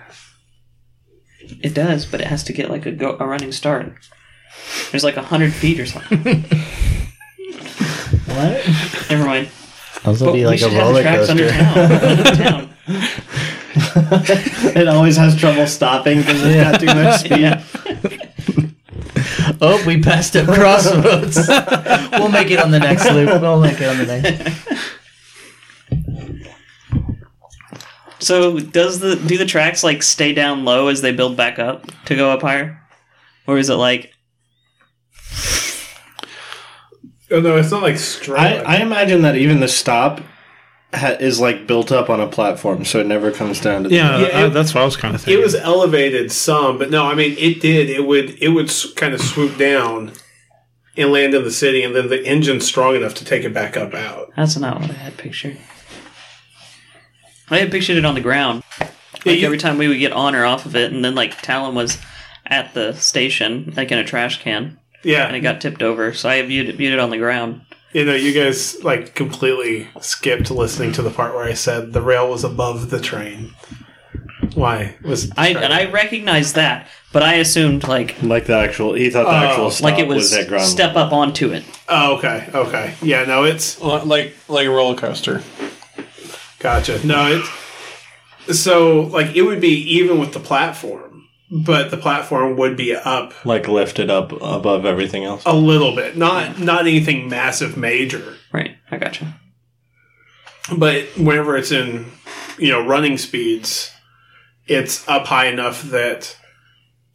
[SPEAKER 8] It does, but it has to get like a go- a running start. There's like a hundred feet or something.
[SPEAKER 5] What?
[SPEAKER 8] Never mind.
[SPEAKER 6] Also,
[SPEAKER 8] But
[SPEAKER 6] be like
[SPEAKER 8] we
[SPEAKER 6] a
[SPEAKER 8] should have the
[SPEAKER 6] roller
[SPEAKER 8] tracks
[SPEAKER 6] coaster.
[SPEAKER 8] under town. Under town.
[SPEAKER 5] it always has trouble stopping because it's got too much speed.
[SPEAKER 6] Oh, we passed up crossroads. we'll make it on the next loop. We'll make it on the next.
[SPEAKER 8] So does the do the tracks like stay down low as they build back up to go up higher, or is it like
[SPEAKER 4] Oh no, it's not like straight.
[SPEAKER 5] I, uh, I imagine that even the stop ha- is like built up on a platform, so it never comes down to.
[SPEAKER 7] Yeah,
[SPEAKER 4] Yeah,
[SPEAKER 7] uh,
[SPEAKER 4] it-
[SPEAKER 7] that's what I was kind of
[SPEAKER 4] it
[SPEAKER 7] thinking.
[SPEAKER 4] was elevated some, but no, I mean it did. It would it would kind of swoop down and land in the city, and then the engine's strong enough to take it back up out.
[SPEAKER 8] that's not what I had pictured? I had pictured it on the ground.
[SPEAKER 4] Yeah,
[SPEAKER 8] Like
[SPEAKER 4] you-
[SPEAKER 8] every time we would get on or off of it, and then like Talon was at the station, like in a trash can, and it
[SPEAKER 4] yeah,
[SPEAKER 8] got tipped over. So I viewed it, viewed it on the ground.
[SPEAKER 4] you know, you guys like completely skipped listening to the part where I said the rail was above the train. Why was
[SPEAKER 8] I and I recognized that, but I assumed like
[SPEAKER 5] Like the actual, he thought the actual stop
[SPEAKER 8] Oh, like it was,
[SPEAKER 5] at ground.
[SPEAKER 8] step up onto it.
[SPEAKER 4] Oh, okay, okay, yeah, no, it's
[SPEAKER 7] like like a roller coaster.
[SPEAKER 4] gotcha. No, it's so like it would be even with the platform, but the platform would be up
[SPEAKER 5] like lifted up above everything else.
[SPEAKER 4] a little bit, not not anything massive, major.
[SPEAKER 8] Right, I gotcha.
[SPEAKER 4] but whenever it's in you know running speeds it's up high enough that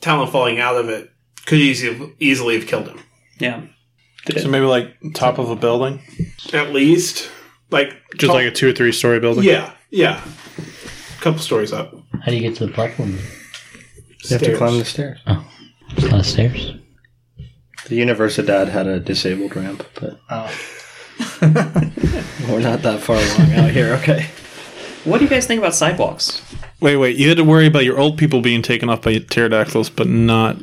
[SPEAKER 4] talon falling out of it could easily easily have killed him
[SPEAKER 8] Yeah,
[SPEAKER 7] So maybe like top of a building,
[SPEAKER 4] at least like
[SPEAKER 7] just like a two or three story building.
[SPEAKER 4] yeah yeah a couple stories up
[SPEAKER 6] How do you get to the platform?
[SPEAKER 5] You have to
[SPEAKER 4] Stairs.
[SPEAKER 5] climb the stairs.
[SPEAKER 6] It's not stairs.
[SPEAKER 5] The Universidad had a disabled ramp, but oh. we're not that far along out here. Okay.
[SPEAKER 8] what do you guys think about sidewalks?
[SPEAKER 7] Wait, wait. You had to worry about your old people being taken off by pterodactyls, but not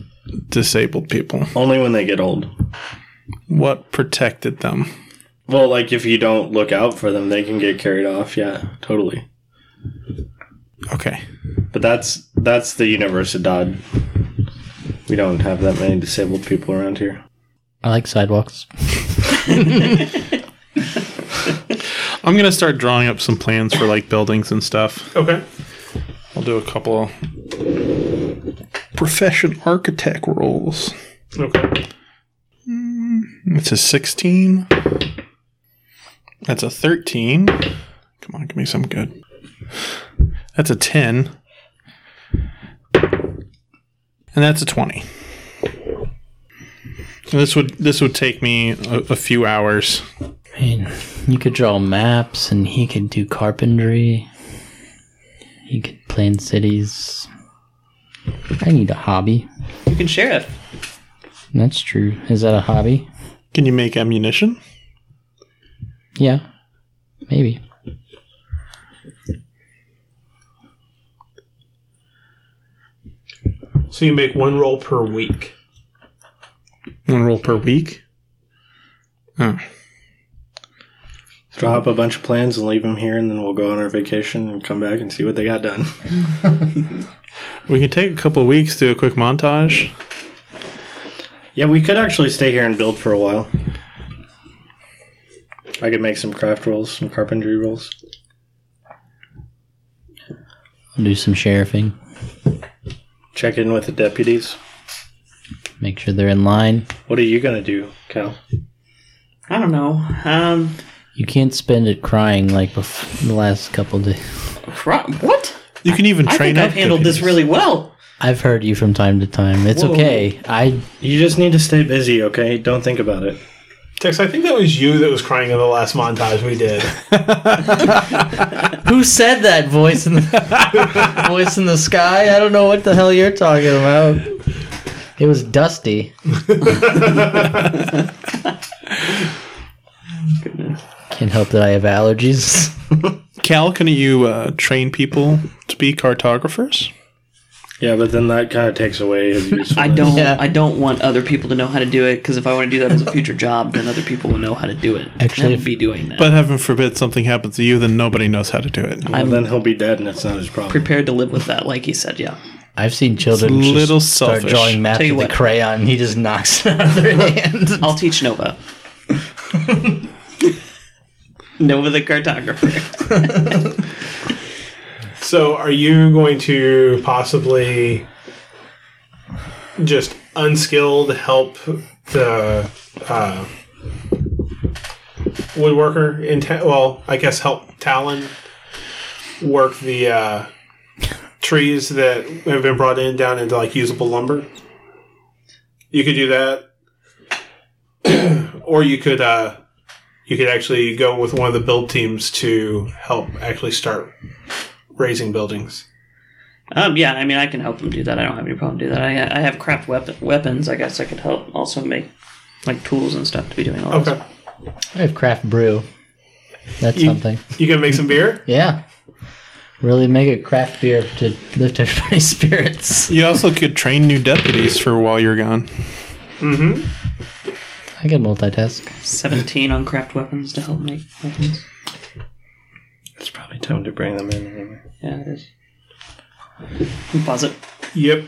[SPEAKER 7] disabled people.
[SPEAKER 5] Only when they get old.
[SPEAKER 7] What protected them?
[SPEAKER 5] Well, like if you don't look out for them, they can get carried off. Yeah, totally.
[SPEAKER 7] Okay.
[SPEAKER 5] But that's that's the Universidad. We don't have that many disabled people around here.
[SPEAKER 6] I like sidewalks.
[SPEAKER 7] I'm gonna start drawing up some plans for like buildings and stuff.
[SPEAKER 4] okay
[SPEAKER 7] I'll do a couple profession architect roles.
[SPEAKER 4] okay
[SPEAKER 7] It's a 16. That's a 13. Come on, give me some good. That's a 10. and that's a twenty. So this would this would take me a, a few hours.
[SPEAKER 6] I mean, you could draw maps, and he could do carpentry. He could plan cities. I need a hobby.
[SPEAKER 8] You can sheriff.
[SPEAKER 6] That's true. Is that a hobby?
[SPEAKER 7] Can you make ammunition?
[SPEAKER 6] Yeah, maybe.
[SPEAKER 4] So you make one roll per week.
[SPEAKER 7] One roll per week. Oh.
[SPEAKER 5] Draw up a bunch of plans and leave them here, and then we'll go on our vacation and come back and see what they got done.
[SPEAKER 7] We can take a couple of weeks, do a quick montage.
[SPEAKER 5] Yeah, we could actually stay here and build for a while. I could make some craft rolls, some carpentry rolls.
[SPEAKER 6] I'll do some sheriffing.
[SPEAKER 5] Check in with the deputies.
[SPEAKER 6] Make sure they're in line.
[SPEAKER 5] What are you gonna do, Cal?
[SPEAKER 8] I don't know. Um,
[SPEAKER 6] You can't spend it crying like bef- the last couple days.
[SPEAKER 8] cro- what?
[SPEAKER 7] You can even
[SPEAKER 8] I
[SPEAKER 7] train
[SPEAKER 8] think
[SPEAKER 7] up.
[SPEAKER 8] I've handled this really well.
[SPEAKER 6] I've heard you from time to time. It's
[SPEAKER 8] Whoa.
[SPEAKER 6] okay. I
[SPEAKER 5] You just need to stay busy, okay? Don't think about it.
[SPEAKER 4] Tex, I think that was you that was crying in the last montage we did.
[SPEAKER 6] who said that voice in the voice in the sky? I don't know what the hell you're talking about. It was Dusty.
[SPEAKER 8] Goodness.
[SPEAKER 6] Can't help that I have allergies.
[SPEAKER 7] Cal, can you uh, train people to be cartographers?
[SPEAKER 5] Yeah, but then that kind of takes away his usefulness.
[SPEAKER 8] I don't.
[SPEAKER 6] Yeah.
[SPEAKER 8] I don't want other people to know how to do it because if I want to do that as a future job, then other people will know how to do it.
[SPEAKER 6] Actually,
[SPEAKER 8] and I
[SPEAKER 6] if-
[SPEAKER 8] would be doing that.
[SPEAKER 7] But heaven forbid something happens to you, then nobody knows how to do it.
[SPEAKER 5] Well, then he'll be dead, and it's not his problem.
[SPEAKER 8] prepared to live with that, like he said. Yeah.
[SPEAKER 6] I've seen children
[SPEAKER 7] It's a
[SPEAKER 6] just
[SPEAKER 7] little
[SPEAKER 6] start
[SPEAKER 7] selfish.
[SPEAKER 6] drawing maps
[SPEAKER 8] Tell
[SPEAKER 6] with
[SPEAKER 8] you
[SPEAKER 6] a
[SPEAKER 8] what.
[SPEAKER 6] crayon. He just knocks it out of their hand.
[SPEAKER 8] I'll teach Nova. Nova the cartographer.
[SPEAKER 4] So are you going to possibly just unskilled help the uh, woodworker in ta- well, I guess help Talon work the uh, trees that have been brought in down into like usable lumber. You could do that. or you could uh, you could actually go with one of the build teams to help actually start raising buildings.
[SPEAKER 8] Um, yeah, I mean, I can help him do that. I don't have any problem do that. I, I have craft weapon, weapons. I guess I could help also make like tools and stuff to be doing all this.
[SPEAKER 4] Okay.
[SPEAKER 6] I have craft brew. That's
[SPEAKER 4] You-
[SPEAKER 6] something.
[SPEAKER 4] You gonna make some beer?
[SPEAKER 6] Yeah. Really make it craft beer to lift everybody's spirits.
[SPEAKER 7] You also could train new deputies for while you're gone.
[SPEAKER 6] I can multitask.
[SPEAKER 8] 17 on craft weapons to help make weapons.
[SPEAKER 5] It's probably time to bring them in anyway.
[SPEAKER 8] Yeah, it is. And Pause it.
[SPEAKER 4] Yep.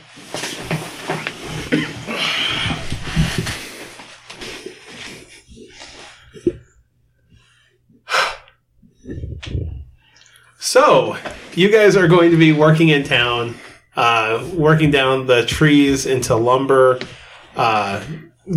[SPEAKER 4] So, you guys are going to be working in town, uh, working down the trees into lumber, uh,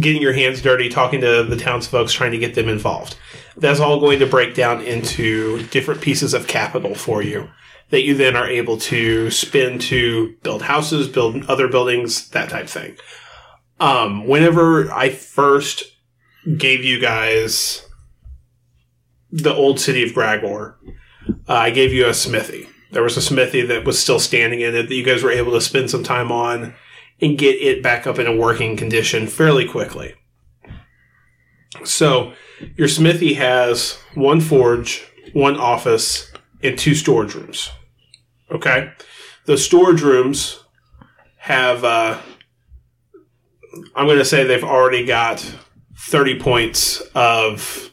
[SPEAKER 4] getting your hands dirty, talking to the townsfolk, trying to get them involved. That's all going to break down into different pieces of capital for you that you then are able to spin to build houses, build other buildings, that type thing. Um, whenever I first gave you guys the old city of Gragor, uh, I gave you a smithy. There was a smithy that was still standing in it that you guys were able to spend some time on and get it back up in a working condition fairly quickly. So, your smithy has one forge, one office, and two storage rooms. Okay, the storage rooms have. Uh, I'm going to say they've already got 30 points of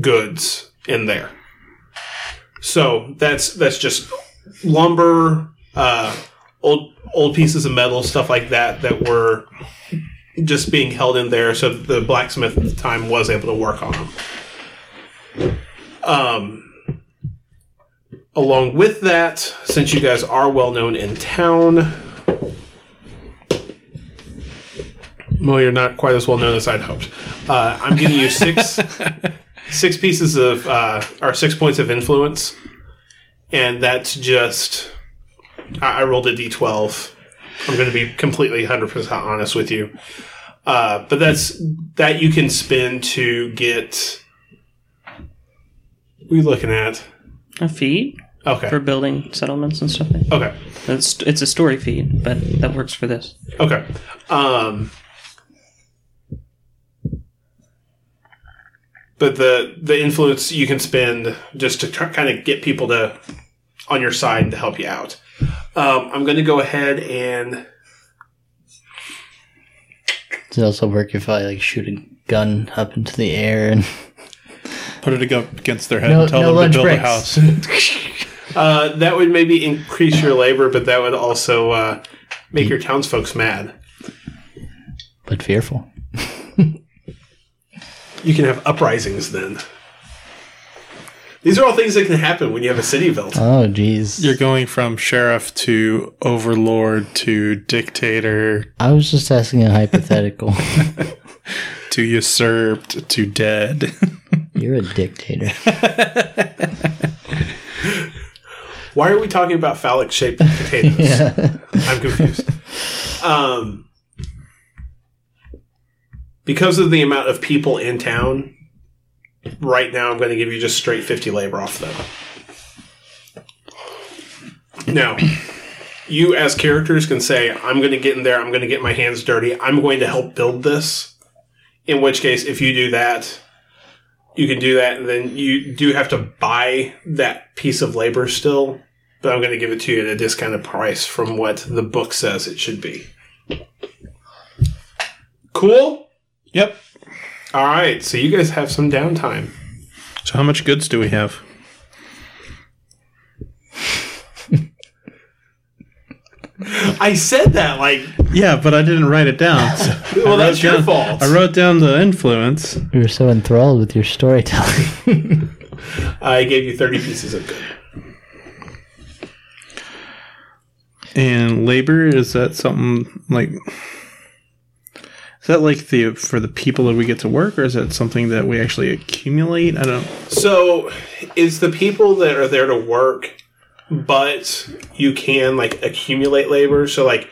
[SPEAKER 4] goods in there. So that's that's just lumber, uh, old old pieces of metal, stuff like that that were just being held in there. So the blacksmith at the time was able to work on them. Um, along with that, since you guys are well known in town, well, you're not quite as well known as I'd hoped. Uh, I'm giving you six six pieces of uh, or six points of influence, and that's just I, I rolled a d12 I'm going to be completely 100% honest with you. Uh, but that's that you can spend to get. What are you looking at?
[SPEAKER 8] A fee
[SPEAKER 4] Okay.
[SPEAKER 8] for building settlements and stuff.
[SPEAKER 4] okay.
[SPEAKER 8] It's, it's a story feed, but that works for this.
[SPEAKER 4] Okay. Um, but the the influence you can spend just to kind of get people to on your side and to help you out. Um, I'm going to go ahead and
[SPEAKER 6] Does it also work if I like shoot a gun up into the air and
[SPEAKER 7] Put it ag- against their head
[SPEAKER 6] No-
[SPEAKER 7] and tell
[SPEAKER 6] no
[SPEAKER 7] them
[SPEAKER 6] lunch
[SPEAKER 7] to build
[SPEAKER 6] breaks.
[SPEAKER 7] a house.
[SPEAKER 4] uh, that would maybe increase your labor, but that would also uh, make your townsfolks mad.
[SPEAKER 6] but fearful?
[SPEAKER 4] You can have uprisings then. These are all things that can happen when you have a city built.
[SPEAKER 6] Oh jeez.
[SPEAKER 7] You're going from sheriff to overlord to dictator
[SPEAKER 6] I was just asking a hypothetical.
[SPEAKER 7] to usurped to dead.
[SPEAKER 6] You're a dictator.
[SPEAKER 4] Why are we talking about phallic shaped potatoes? I'm confused. Um, because of the amount of people in town, right now I'm going to give you just straight 50 labor off them. Now, you as characters can say, I'm going to get in there, I'm going to get my hands dirty, I'm going to help build this. In which case, if you do that, you can do that, and then you do have to buy that piece of labor still. But I'm going to give it to you at a discounted price from what the book says it should be. Cool.
[SPEAKER 7] yep.
[SPEAKER 4] All right, so you guys have some downtime.
[SPEAKER 7] So how much goods do we have?
[SPEAKER 4] I said that like,
[SPEAKER 7] Yeah, but I didn't write it down. so-
[SPEAKER 4] well, that's your
[SPEAKER 7] down-
[SPEAKER 4] fault.
[SPEAKER 7] I wrote down the influence.
[SPEAKER 6] We were so enthralled with your storytelling.
[SPEAKER 4] I gave you thirty pieces of good.
[SPEAKER 7] And labor is that something like is that like the for the people that we get to work, or is that something that we actually accumulate? I don't.
[SPEAKER 4] So, it's the people that are there to work, but you can like accumulate labor. So, like,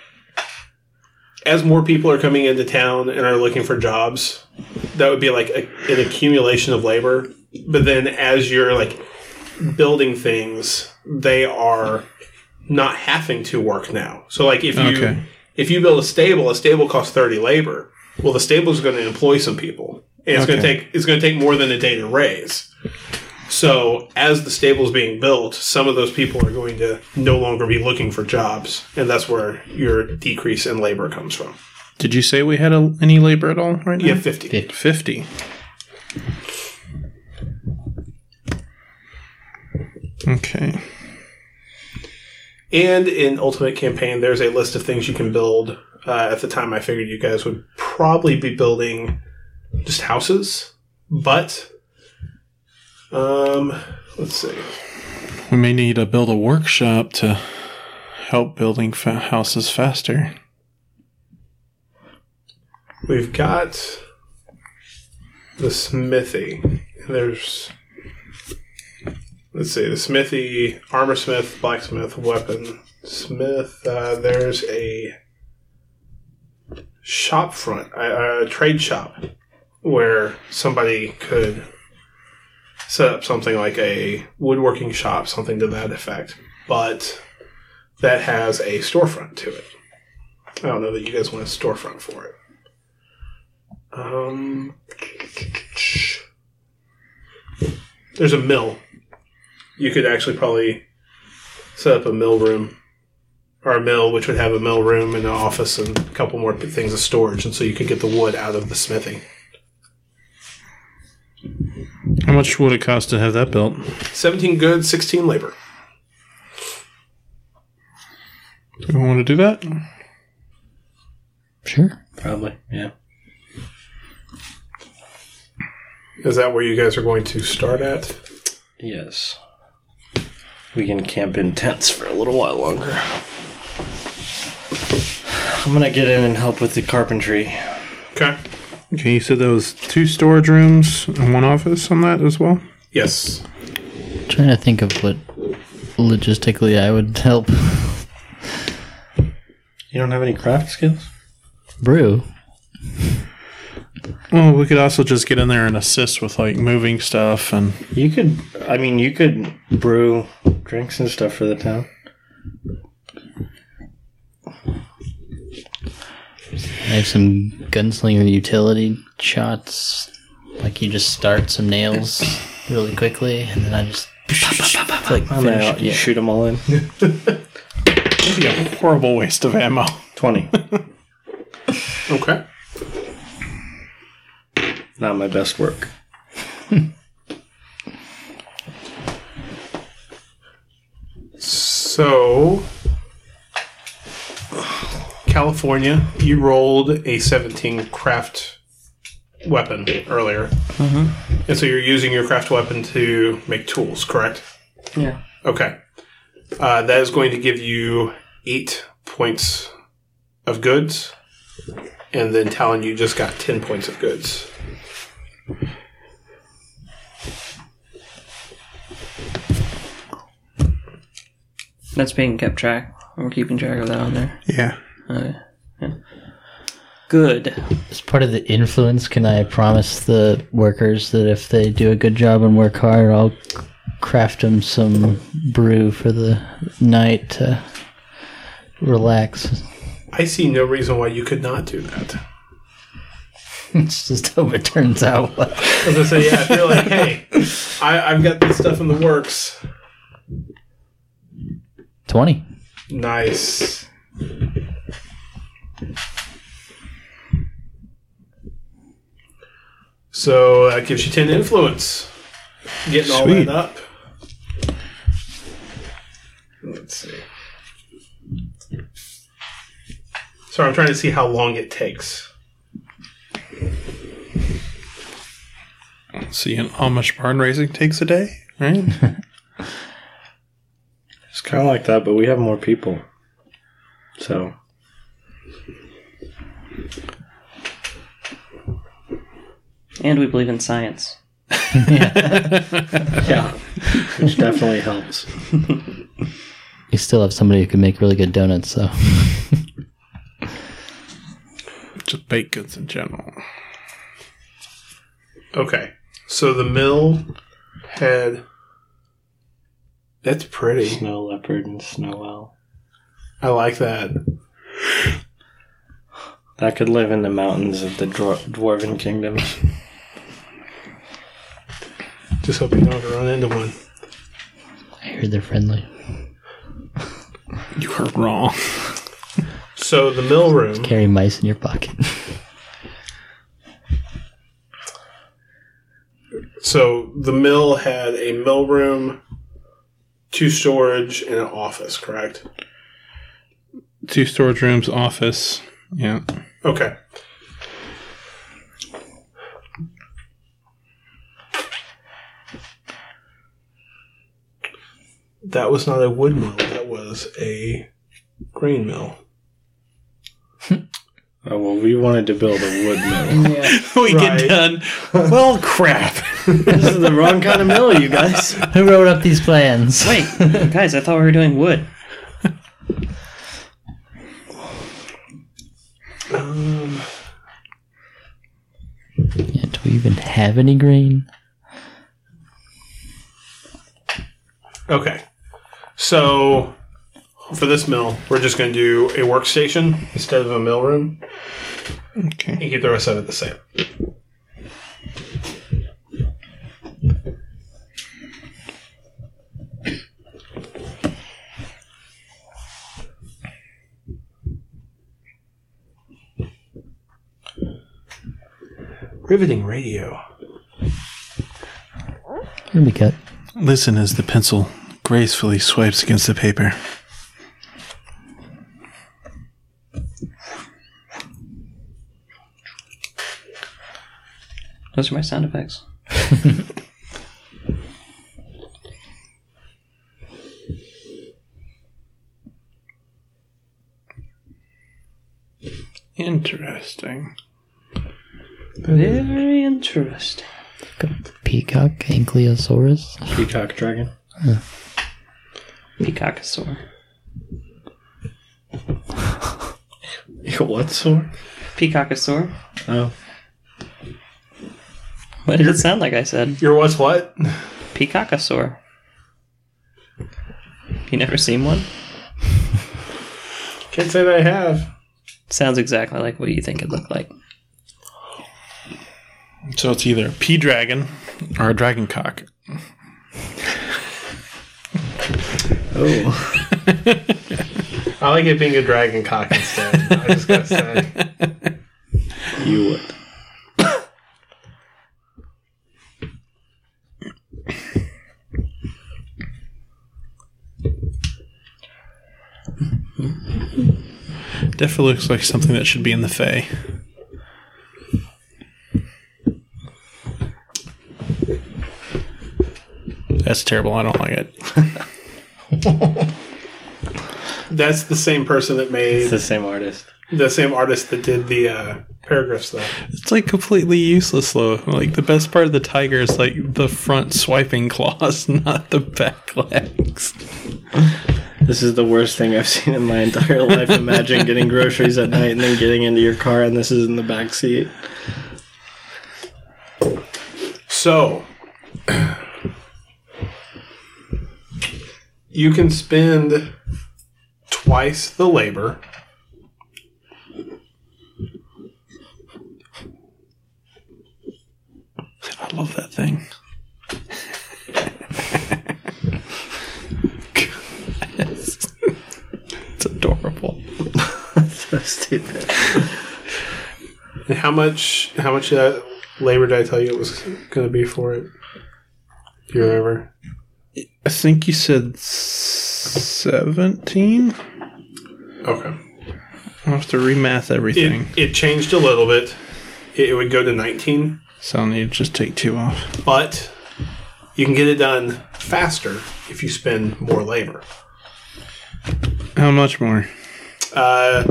[SPEAKER 4] as more people are coming into town and are looking for jobs, that would be like a, an accumulation of labor. But then, as you're like building things, they are not having to work now. So, like, if you
[SPEAKER 7] Okay.
[SPEAKER 4] if you build a stable, a stable costs thirty labor. Well, the stable is going to employ some people, and it's going to
[SPEAKER 7] Okay.
[SPEAKER 4] take it's going to take more than a day to raise. So, as the stable's being built, some of those people are going to no longer be looking for jobs, and that's where your decrease in labor comes from.
[SPEAKER 7] Did you say we had a, any labor at all right now?
[SPEAKER 4] You have 50.
[SPEAKER 7] Fifty. Okay.
[SPEAKER 4] And in Ultimate Campaign, there's a list of things you can build. Uh, at the time, I figured you guys would probably be building just houses, but um, let's see.
[SPEAKER 7] We may need to build a workshop to help building fa- houses faster.
[SPEAKER 4] We've got the smithy. There's let's see, the smithy, armor smith, blacksmith, weapon smith. Uh, there's a shop front, a, a trade shop, where somebody could set up something like a woodworking shop, something to that effect, but that has a storefront to it. I don't know that you guys want a storefront for it. Um, there's a mill. You could actually probably set up a mill room or a mill, which would have a mill room and an office and a couple more things of storage, and so you could get the wood out of the smithy.
[SPEAKER 7] How much would it cost to have that built?
[SPEAKER 4] 17 goods, 16 labor.
[SPEAKER 7] Do we want to do that?
[SPEAKER 6] sure.
[SPEAKER 5] Probably. Yeah.
[SPEAKER 4] Is that where you guys are going to start at?
[SPEAKER 5] Yes. We can camp in tents for a little while longer. I'm gonna get in and help with the carpentry.
[SPEAKER 4] Okay.
[SPEAKER 7] Okay, you said there was two storage rooms and one office on that as well.
[SPEAKER 4] Yes.
[SPEAKER 6] trying to think of what logistically I would help.
[SPEAKER 5] You don't have any craft skills?
[SPEAKER 6] Brew.
[SPEAKER 7] Well, we could also just get in there and assist with like moving stuff and
[SPEAKER 5] You could, I mean, you could brew drinks and stuff for the town.
[SPEAKER 6] I have some gunslinger utility shots. Like you just start some nails really quickly, and then I just like
[SPEAKER 5] I'm
[SPEAKER 6] finish
[SPEAKER 5] out.
[SPEAKER 6] it.
[SPEAKER 5] You shoot them all in.
[SPEAKER 7] it'd be a horrible waste of ammo.
[SPEAKER 5] 20.
[SPEAKER 4] Okay.
[SPEAKER 5] Not my best work.
[SPEAKER 4] So, California, you rolled a 17 craft weapon earlier. And so you're using your craft weapon to make tools, correct?
[SPEAKER 8] Yeah.
[SPEAKER 4] Okay. Uh, that is going to give you eight points of goods. And then Talon, you just got 10 points of goods.
[SPEAKER 8] That's being kept track. We're keeping track of that on there.
[SPEAKER 7] Yeah.
[SPEAKER 8] Uh, yeah. Good.
[SPEAKER 6] As part of the influence, can I promise the workers that if they do a good job and work hard, I'll craft them some brew for the night to relax?
[SPEAKER 4] I see no reason why you could not do that.
[SPEAKER 6] it's just how it turns out.
[SPEAKER 4] As I say, yeah, if you're like, hey, I, I've got this stuff in the works.
[SPEAKER 6] 20.
[SPEAKER 4] Nice. So that gives you 10 influence. Getting all
[SPEAKER 7] Sweet.
[SPEAKER 4] that up. Let's see. Sorry, I'm trying to see how long it takes.
[SPEAKER 7] See an Amish barn raising takes a day, right?
[SPEAKER 5] It's kind of like that, but we have more people. So,
[SPEAKER 8] And we believe in science.
[SPEAKER 5] yeah. Which definitely helps.
[SPEAKER 6] You still have somebody who can make really good donuts, so.
[SPEAKER 7] just baked goods in general.
[SPEAKER 4] Okay. So the mill had. That's pretty.
[SPEAKER 5] Snow leopard and snow owl.
[SPEAKER 4] I like that.
[SPEAKER 5] That could live in the mountains of the dwar- dwarven kingdoms.
[SPEAKER 4] Just hope you don't run into one.
[SPEAKER 6] I hear they're friendly.
[SPEAKER 7] You are wrong.
[SPEAKER 4] So the mill room.
[SPEAKER 6] Carry mice in your pocket.
[SPEAKER 4] So the mill had a mill room, two storage, and an office, correct?
[SPEAKER 7] Two storage rooms, office. Yeah.
[SPEAKER 4] Okay. That was not a wood mill, that was a grain mill.
[SPEAKER 5] Oh, well, we wanted to build a wood mill.
[SPEAKER 7] we
[SPEAKER 4] Right.
[SPEAKER 7] get done. Well, crap.
[SPEAKER 5] this is the wrong kind of mill, you guys.
[SPEAKER 6] who wrote up these plans?
[SPEAKER 8] Wait, guys, I thought we were doing wood.
[SPEAKER 6] Yeah, do we even have any green?
[SPEAKER 4] Okay. So for this mill, we're just going to do a workstation instead of a mill room
[SPEAKER 7] Okay.
[SPEAKER 4] and keep the rest of it the same. Riveting radio.
[SPEAKER 6] Here we go.
[SPEAKER 7] Listen as the pencil gracefully swipes against the paper.
[SPEAKER 8] Those are my sound effects.
[SPEAKER 7] Interesting.
[SPEAKER 8] Very interesting.
[SPEAKER 6] Peacock, Ankylosaurus.
[SPEAKER 5] Peacock dragon.
[SPEAKER 8] Peacockosaur.
[SPEAKER 5] what sword?
[SPEAKER 8] Peacockosaur.
[SPEAKER 5] Oh.
[SPEAKER 8] What did it sound like I said?
[SPEAKER 4] You're what's what?
[SPEAKER 8] Peacockosaur. You never seen one?
[SPEAKER 4] Can't say that I have.
[SPEAKER 8] Sounds exactly like what you think it looked like.
[SPEAKER 7] So it's either a pea dragon or a dragon cock.
[SPEAKER 5] Oh.
[SPEAKER 4] I like it being a dragon cock instead. I just gotta say.
[SPEAKER 5] you would.
[SPEAKER 7] Definitely looks like something that should be in the Fey. That's terrible. I don't like it.
[SPEAKER 4] That's the same person that made
[SPEAKER 5] It's the same artist.
[SPEAKER 4] the same artist that did the uh, paragraphs though.
[SPEAKER 7] It's like completely useless though. Like the best part of the tiger is like the front swiping claws, not the back legs.
[SPEAKER 5] This is the worst thing I've seen in my entire life. Imagine getting groceries at night and then getting into your car and this is in the back seat.
[SPEAKER 4] So you can spend twice the labor
[SPEAKER 7] I love that thing. it's adorable.
[SPEAKER 5] So stupid.
[SPEAKER 4] And how much? How much of that labor did I tell you it was going to be for it? Do you remember?
[SPEAKER 7] I think you said seventeen.
[SPEAKER 4] Okay.
[SPEAKER 7] I have to remath everything.
[SPEAKER 4] It, it changed a little bit. It, it would go to 19,
[SPEAKER 7] so I need to just take two off.
[SPEAKER 4] but you can get it done faster if you spend more labor.
[SPEAKER 7] How much more?
[SPEAKER 4] Uh,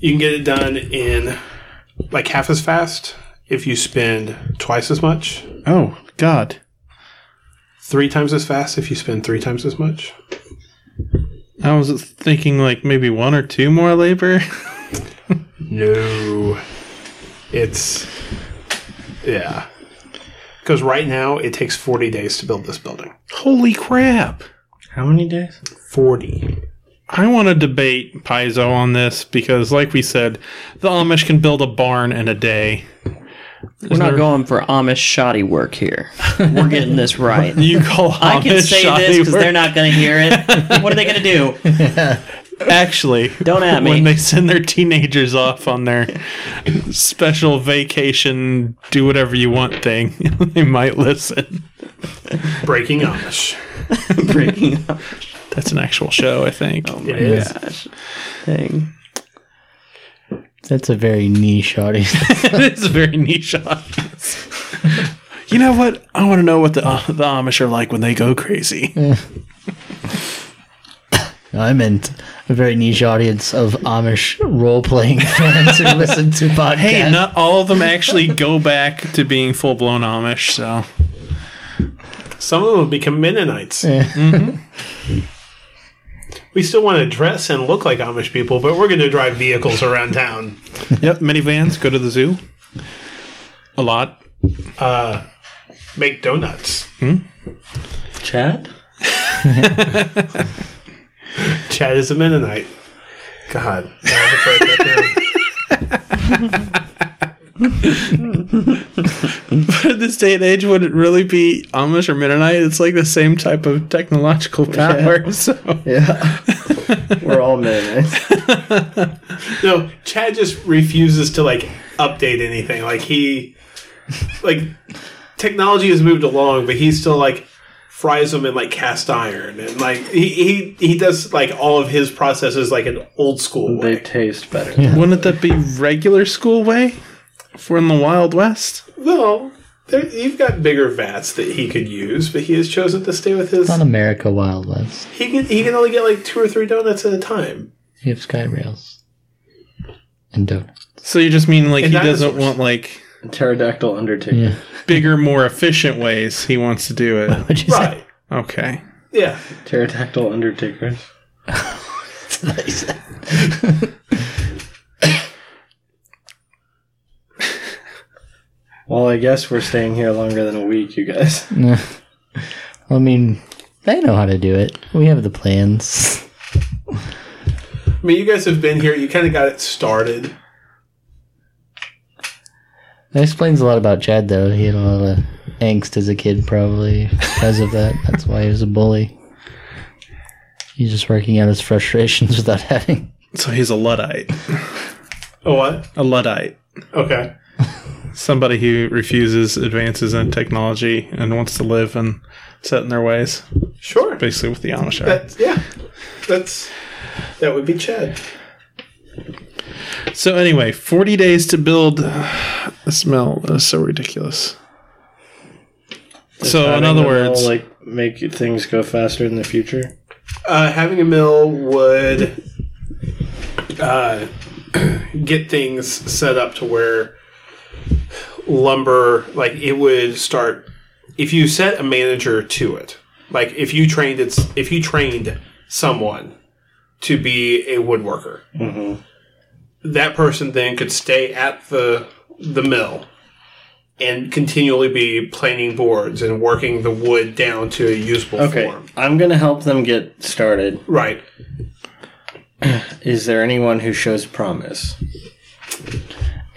[SPEAKER 4] you can get it done in like half as fast if you spend twice as much,
[SPEAKER 7] Oh God!
[SPEAKER 4] three times as fast if you spend three times as much.
[SPEAKER 7] I was thinking like maybe one or two more labor.
[SPEAKER 4] No. It's. Yeah. Because right now it takes 40 days to build this building.
[SPEAKER 7] Holy crap!
[SPEAKER 5] How many days?
[SPEAKER 4] 40.
[SPEAKER 7] I want to debate Paizo on this because, like we said, the Amish can build a barn in a day.
[SPEAKER 8] We're not going for Amish shoddy work here. We're getting this right.
[SPEAKER 7] You call Amish
[SPEAKER 8] I can say
[SPEAKER 7] shoddy
[SPEAKER 8] this because
[SPEAKER 7] work-
[SPEAKER 8] they're not going to hear it. What are they going to do?
[SPEAKER 7] actually.
[SPEAKER 8] Don't at me.
[SPEAKER 7] When they send their teenagers off on their special vacation, do whatever you want thing, they might listen.
[SPEAKER 4] Breaking Amish.
[SPEAKER 8] Breaking up.
[SPEAKER 7] That's an actual show, I think.
[SPEAKER 8] Oh,
[SPEAKER 4] It is.
[SPEAKER 8] Gosh. Dang.
[SPEAKER 6] That's a very niche audience.
[SPEAKER 7] it is very niche audience. you know what? I want to know what the, uh, the Amish are like when they go crazy.
[SPEAKER 6] I meant a very niche audience of Amish role playing fans who listen to podcasts.
[SPEAKER 7] Hey, not all of them actually go back to being full blown Amish, so.
[SPEAKER 4] Some of them will become Mennonites. Mm-hmm.
[SPEAKER 6] Yeah.
[SPEAKER 4] We still want to dress and look like Amish people, but we're going to drive vehicles around town.
[SPEAKER 7] Yep, minivans, go to the zoo. A lot.
[SPEAKER 4] Make donuts.
[SPEAKER 5] Chad?
[SPEAKER 4] Chad is a Mennonite. God. I have to write that down.
[SPEAKER 7] But in this day and age, would it really be Amish or Mennonite? It's like the same type of technological power. So
[SPEAKER 5] Yeah. We're all men, right?
[SPEAKER 4] No, Chad just refuses to like update anything. Like he, like technology has moved along, but he still like fries them in like cast iron and like he he, he does like all of his processes like an old school
[SPEAKER 5] They
[SPEAKER 4] way.
[SPEAKER 5] taste better.
[SPEAKER 7] wouldn't that be regular school way? If we're in the Wild West,
[SPEAKER 4] Well, there, you've got bigger vats that he could use, but he has chosen to stay with his.
[SPEAKER 6] It's on America Wild West.
[SPEAKER 4] He can he can only get like two or three donuts at a time.
[SPEAKER 6] You have Skyrails and donuts.
[SPEAKER 7] so you just mean like
[SPEAKER 4] And
[SPEAKER 7] he doesn't
[SPEAKER 4] dinosaurs.
[SPEAKER 7] want like
[SPEAKER 5] Pterodactyl
[SPEAKER 7] Mm.
[SPEAKER 5] Undertaker.
[SPEAKER 6] Yeah.
[SPEAKER 7] bigger, more efficient ways. He wants to do it.
[SPEAKER 6] What'd you
[SPEAKER 4] Right.
[SPEAKER 7] Okay,
[SPEAKER 4] Yeah.
[SPEAKER 5] Pterodactyl Undertakers.
[SPEAKER 6] say?
[SPEAKER 5] Well, I guess we're staying here longer than a week, you guys.
[SPEAKER 6] I mean, they know how to do it. We have the plans.
[SPEAKER 4] I mean, you guys have been here. You kind of got it started.
[SPEAKER 6] That explains a lot about Chad, though. He had a lot of angst as a kid, probably because of that. That's why he was a bully. He's just working out his frustrations without having.
[SPEAKER 7] So he's a Luddite.
[SPEAKER 4] Oh, what?
[SPEAKER 7] A Luddite.
[SPEAKER 4] Okay.
[SPEAKER 7] Somebody who refuses advances in technology and wants to live and set in their ways.
[SPEAKER 4] Sure.
[SPEAKER 7] Basically, what the Amish are.
[SPEAKER 4] That's, yeah. That's that would be Chad.
[SPEAKER 7] So anyway, forty days to build. The smell is so ridiculous. so in
[SPEAKER 5] Having
[SPEAKER 7] other
[SPEAKER 5] them all,
[SPEAKER 7] words,
[SPEAKER 5] like make things go faster in the future.
[SPEAKER 4] Uh, having a mill would uh, get things set up to where lumber, like it would start. If you set a manager to it, like if you trained it's if you trained someone to be a woodworker, that person then could stay at the the mill and continually be planing boards and working the wood down to a usable
[SPEAKER 5] Okay,
[SPEAKER 4] form.
[SPEAKER 5] I'm gonna help them get started.
[SPEAKER 4] Right.
[SPEAKER 5] Is there anyone who shows promise?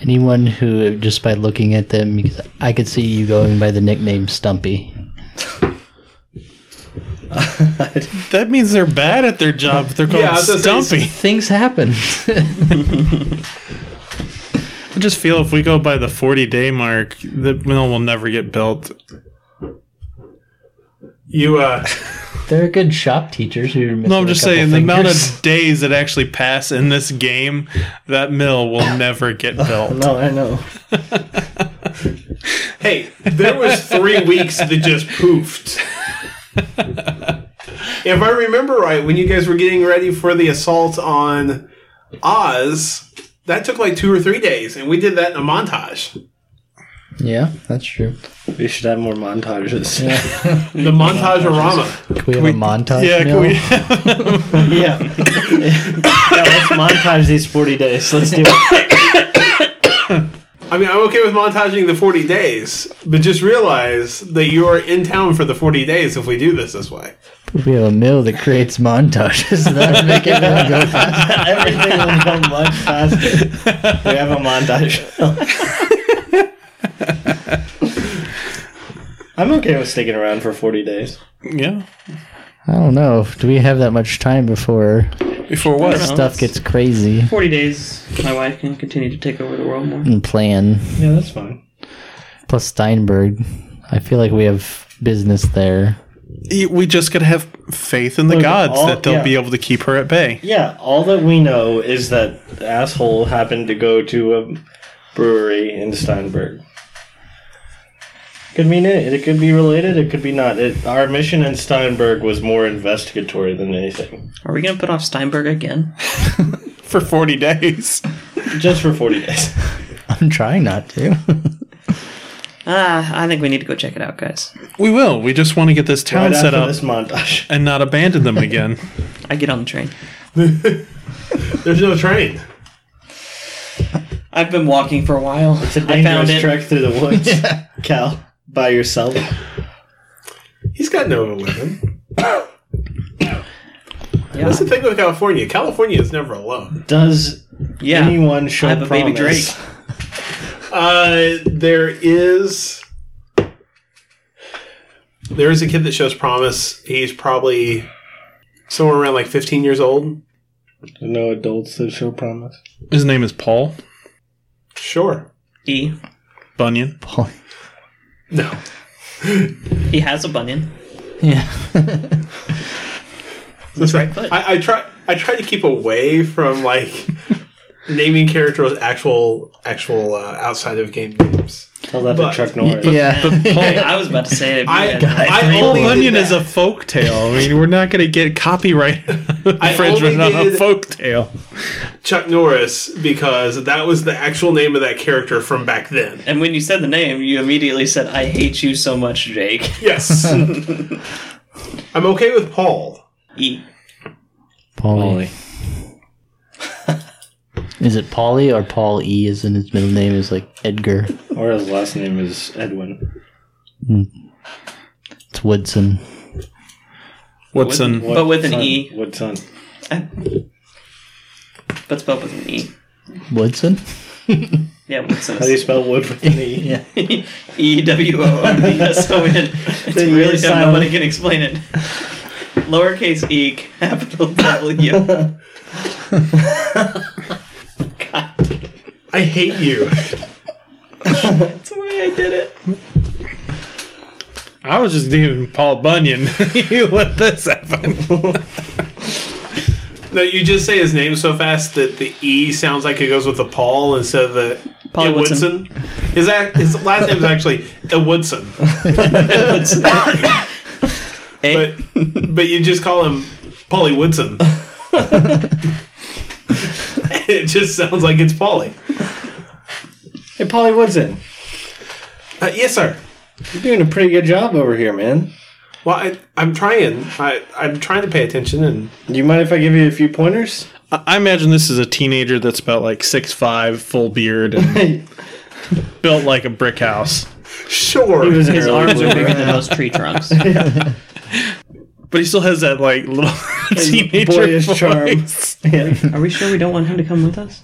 [SPEAKER 6] Anyone who, just by looking at them, because I could see you going by the nickname Stumpy.
[SPEAKER 7] that means they're bad at their job. They're called
[SPEAKER 4] I was gonna say,
[SPEAKER 7] stumpy.
[SPEAKER 6] Things happen.
[SPEAKER 7] I just feel if we go by the forty day mark, the mill will never get built.
[SPEAKER 4] You uh
[SPEAKER 6] They're good shop teachers who.
[SPEAKER 7] No, I'm just saying the amount of days that actually pass in this game, that mill will never get built.
[SPEAKER 5] No, I know.
[SPEAKER 4] Hey, there was three weeks that just poofed. if I remember right, when you guys were getting ready for the assault on Oz, that took like two or three days, and we did that in a montage.
[SPEAKER 6] Yeah, that's true.
[SPEAKER 5] We should have more montages. Yeah.
[SPEAKER 4] The montage rama.
[SPEAKER 6] Can we have a montage?
[SPEAKER 7] Yeah,
[SPEAKER 6] now?
[SPEAKER 7] can we?
[SPEAKER 5] yeah. Let's montage these forty days. Let's do it.
[SPEAKER 4] I mean, I'm okay with montaging the 40 days, but just realize that you are in town for the 40 days if we do this this way.
[SPEAKER 6] If we have a mill that creates montages, that would make it really go fast.
[SPEAKER 5] Everything will go much faster. We have a montage. I'm okay with sticking around for 40 days.
[SPEAKER 7] Yeah.
[SPEAKER 6] I don't know. Do we have that much time before
[SPEAKER 7] Before what?
[SPEAKER 6] stuff gets crazy?
[SPEAKER 8] 40 days, my wife can continue to take over the world more.
[SPEAKER 6] and plan.
[SPEAKER 5] Yeah, that's fine.
[SPEAKER 6] Plus Steinberg. I feel like we have business there.
[SPEAKER 7] We just gotta have faith in the
[SPEAKER 5] Look,
[SPEAKER 7] gods
[SPEAKER 5] all-
[SPEAKER 7] that they'll
[SPEAKER 5] yeah.
[SPEAKER 7] be able to keep her at bay.
[SPEAKER 5] Yeah, all that we know is that the asshole happened to go to a brewery in Steinberg. Could mean it. It could be related. It could be not. It, our mission in Steinberg was more investigatory than anything.
[SPEAKER 8] Are we going to put off Steinberg again?
[SPEAKER 7] For forty days.
[SPEAKER 5] Just for 40 days.
[SPEAKER 6] I'm trying not to.
[SPEAKER 8] Ah, I think we need to go check it out, guys.
[SPEAKER 7] We will. We just want to get this town
[SPEAKER 5] Right
[SPEAKER 7] set
[SPEAKER 5] after
[SPEAKER 7] up
[SPEAKER 5] this montage.
[SPEAKER 7] and not abandon them again.
[SPEAKER 8] I get on the train.
[SPEAKER 4] There's no train.
[SPEAKER 8] I've been walking for a while.
[SPEAKER 5] It's a
[SPEAKER 8] I found
[SPEAKER 5] dangerous
[SPEAKER 8] it.
[SPEAKER 5] trek through the woods. Cal, by yourself.
[SPEAKER 4] He's got no one with him.
[SPEAKER 8] Yeah.
[SPEAKER 4] That's the thing with California. California is never alone.
[SPEAKER 5] Does
[SPEAKER 8] Yeah.
[SPEAKER 5] anyone show
[SPEAKER 8] I have a baby
[SPEAKER 5] promise?
[SPEAKER 8] Drake.
[SPEAKER 4] Uh, there is there is a kid that shows promise. He's probably somewhere around like 15 years old.
[SPEAKER 5] No adults that show promise.
[SPEAKER 7] His name is Paul
[SPEAKER 4] Sure.
[SPEAKER 8] He,
[SPEAKER 7] Bunyan.
[SPEAKER 4] No.
[SPEAKER 8] he has a bunion.
[SPEAKER 6] yeah.
[SPEAKER 4] That's right.
[SPEAKER 8] foot.
[SPEAKER 4] I, I try I try to keep away from like naming characters actual actual uh, outside of game names.
[SPEAKER 5] Tell that
[SPEAKER 4] But-
[SPEAKER 5] to Chuck Norris.
[SPEAKER 6] Yeah.
[SPEAKER 8] I was about to say it.
[SPEAKER 4] I
[SPEAKER 8] Yeah.
[SPEAKER 4] I
[SPEAKER 7] Paul
[SPEAKER 4] only did
[SPEAKER 7] Bunyan
[SPEAKER 4] that.
[SPEAKER 7] is a folk tale. I mean, we're not going to get copyright infringement on a
[SPEAKER 4] did-
[SPEAKER 7] folk tale.
[SPEAKER 4] Chuck Norris because that was the actual name of that character from back then.
[SPEAKER 8] and when you said the name, you immediately said, I hate you so much, Jake.
[SPEAKER 4] Yes. I'm okay with Paul.
[SPEAKER 8] E.
[SPEAKER 6] Polly. Is it Paulie or Paul E? Is in his middle name is like Edgar.
[SPEAKER 5] Or his last name is Edwin.
[SPEAKER 6] It's Woodson.
[SPEAKER 7] Woodson.
[SPEAKER 8] But with an E.
[SPEAKER 5] Woodson.
[SPEAKER 8] But spelled with an E.
[SPEAKER 6] Woodson?
[SPEAKER 8] Yeah, Woodson.
[SPEAKER 5] How do you spell wood with an E?
[SPEAKER 6] Yeah.
[SPEAKER 8] E W O O D S O N. It's
[SPEAKER 5] The
[SPEAKER 8] really
[SPEAKER 5] E
[SPEAKER 8] dumb.
[SPEAKER 5] silent.
[SPEAKER 8] Nobody can explain it. Lowercase e, capital W.
[SPEAKER 4] I hate you.
[SPEAKER 8] That's the way I did it.
[SPEAKER 7] I was just thinking Paul Bunyan. you let this happen.
[SPEAKER 4] No, you just say his name so fast that the E sounds like it goes with the Paul instead of the
[SPEAKER 8] Paul
[SPEAKER 4] Yeah,
[SPEAKER 8] Woodson.
[SPEAKER 4] His, act, his last name is actually uh, Woodson,
[SPEAKER 8] Eh?
[SPEAKER 4] but but you just call him Polly Woodson. it just sounds like it's Polly.
[SPEAKER 5] Hey, Polly Woodson.
[SPEAKER 4] Uh, yes, sir.
[SPEAKER 5] You're doing a pretty good job over here, man.
[SPEAKER 4] Well, I, I'm trying. I, I'm trying to pay attention, and
[SPEAKER 5] Do you mind if I give you a few pointers?
[SPEAKER 7] I I imagine this is a teenager that's about like six five, full beard, and built like a brick house.
[SPEAKER 4] sure.
[SPEAKER 5] His
[SPEAKER 8] His arms are bigger than most tree trunks.
[SPEAKER 7] But he still has that like little teenager
[SPEAKER 5] boyish
[SPEAKER 7] voice.
[SPEAKER 5] charm.
[SPEAKER 8] Are we sure we don't want him to come with us?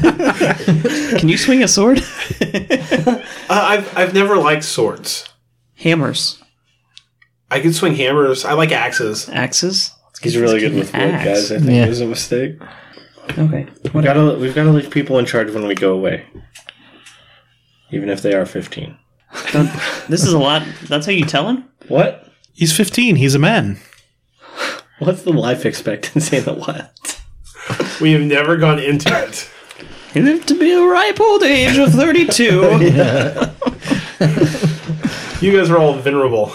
[SPEAKER 8] Can you swing a sword?
[SPEAKER 4] Uh, I've I've never liked swords.
[SPEAKER 8] Hammers,
[SPEAKER 4] I can swing hammers. I like axes.
[SPEAKER 8] axes.
[SPEAKER 5] He's really good with wood,
[SPEAKER 8] Axe.
[SPEAKER 5] guys. I think
[SPEAKER 6] Yeah.
[SPEAKER 5] it was a mistake.
[SPEAKER 8] Okay.
[SPEAKER 5] We gotta, we've got to leave people in charge when we go away, even if they are 15.
[SPEAKER 8] Don't- this is a lot. That's how you tell him.
[SPEAKER 5] What?
[SPEAKER 7] He's fifteen. He's a man.
[SPEAKER 5] What's the life expectancy in the wild?
[SPEAKER 4] We have never gone into it.
[SPEAKER 8] He lived to be a ripe old age of thirty-two.
[SPEAKER 4] You guys are all venerable.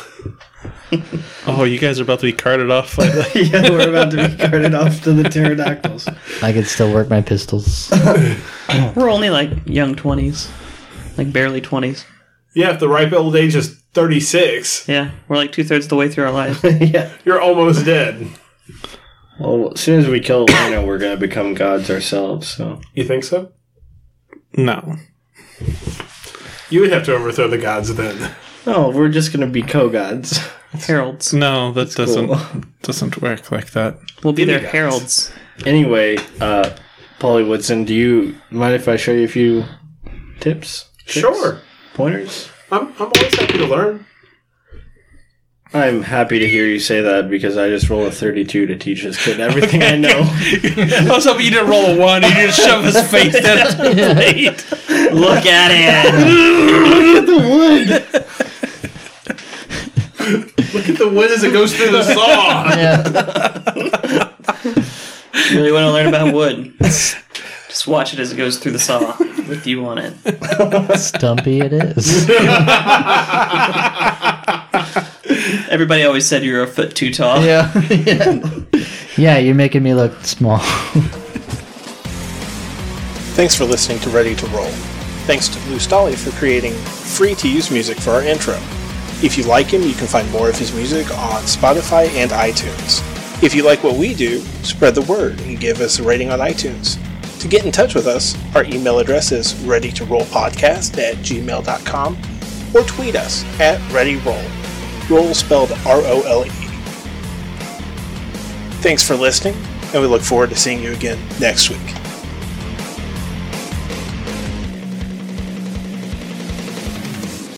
[SPEAKER 7] Oh, you guys are about to be carted off by the
[SPEAKER 5] yeah, we're about to be carted off to the pterodactyls.
[SPEAKER 6] I could still work my pistols.
[SPEAKER 8] We're only like young twenties, like barely twenties.
[SPEAKER 4] Yeah, if the ripe old age is 36,
[SPEAKER 8] Yeah, we're like two thirds the way through our life.
[SPEAKER 5] yeah.
[SPEAKER 4] you're almost dead.
[SPEAKER 5] Well, as soon as we kill Lena, we're gonna become gods ourselves. So
[SPEAKER 4] You think so?
[SPEAKER 7] no.
[SPEAKER 4] You would have to overthrow the gods then.
[SPEAKER 5] no, Oh, we're just gonna be co-gods.
[SPEAKER 8] Heralds.
[SPEAKER 7] No, that doesn't
[SPEAKER 5] Cool.
[SPEAKER 7] doesn't work like that.
[SPEAKER 8] We'll be their
[SPEAKER 4] Demigods.
[SPEAKER 8] heralds.
[SPEAKER 5] Anyway, uh, Polly Woodson, do you mind if I show you a few tips? Tricks?
[SPEAKER 4] Sure.
[SPEAKER 5] Pointers.
[SPEAKER 4] I'm, I'm always happy to learn.
[SPEAKER 5] I'm happy to hear you say that because I just rolled a 32 to teach this kid everything I know.
[SPEAKER 7] I was hoping you didn't roll a one. You just shove his face down his plate.
[SPEAKER 8] Look at it.
[SPEAKER 4] Look at the wood as it goes through the saw.
[SPEAKER 6] Yeah.
[SPEAKER 8] really want to learn about wood? Just watch it as it goes through the saw with you on it.
[SPEAKER 6] Stumpy it is.
[SPEAKER 8] Everybody always said you're a foot too tall.
[SPEAKER 6] Yeah. yeah. Yeah, you're making me look small.
[SPEAKER 9] Thanks for listening to Ready to Roll. Thanks to Blue Stolly for creating free to use music for our intro. If you like him, you can find more of his music on Spotify and iTunes. If you like what we do, spread the word and give us a rating on iTunes. To get in touch with us, our email address is readytorollpodcast at gmail.com or tweet us at readyroll. Roll spelled R O L E. Thanks for listening, and we look forward to seeing you again next week.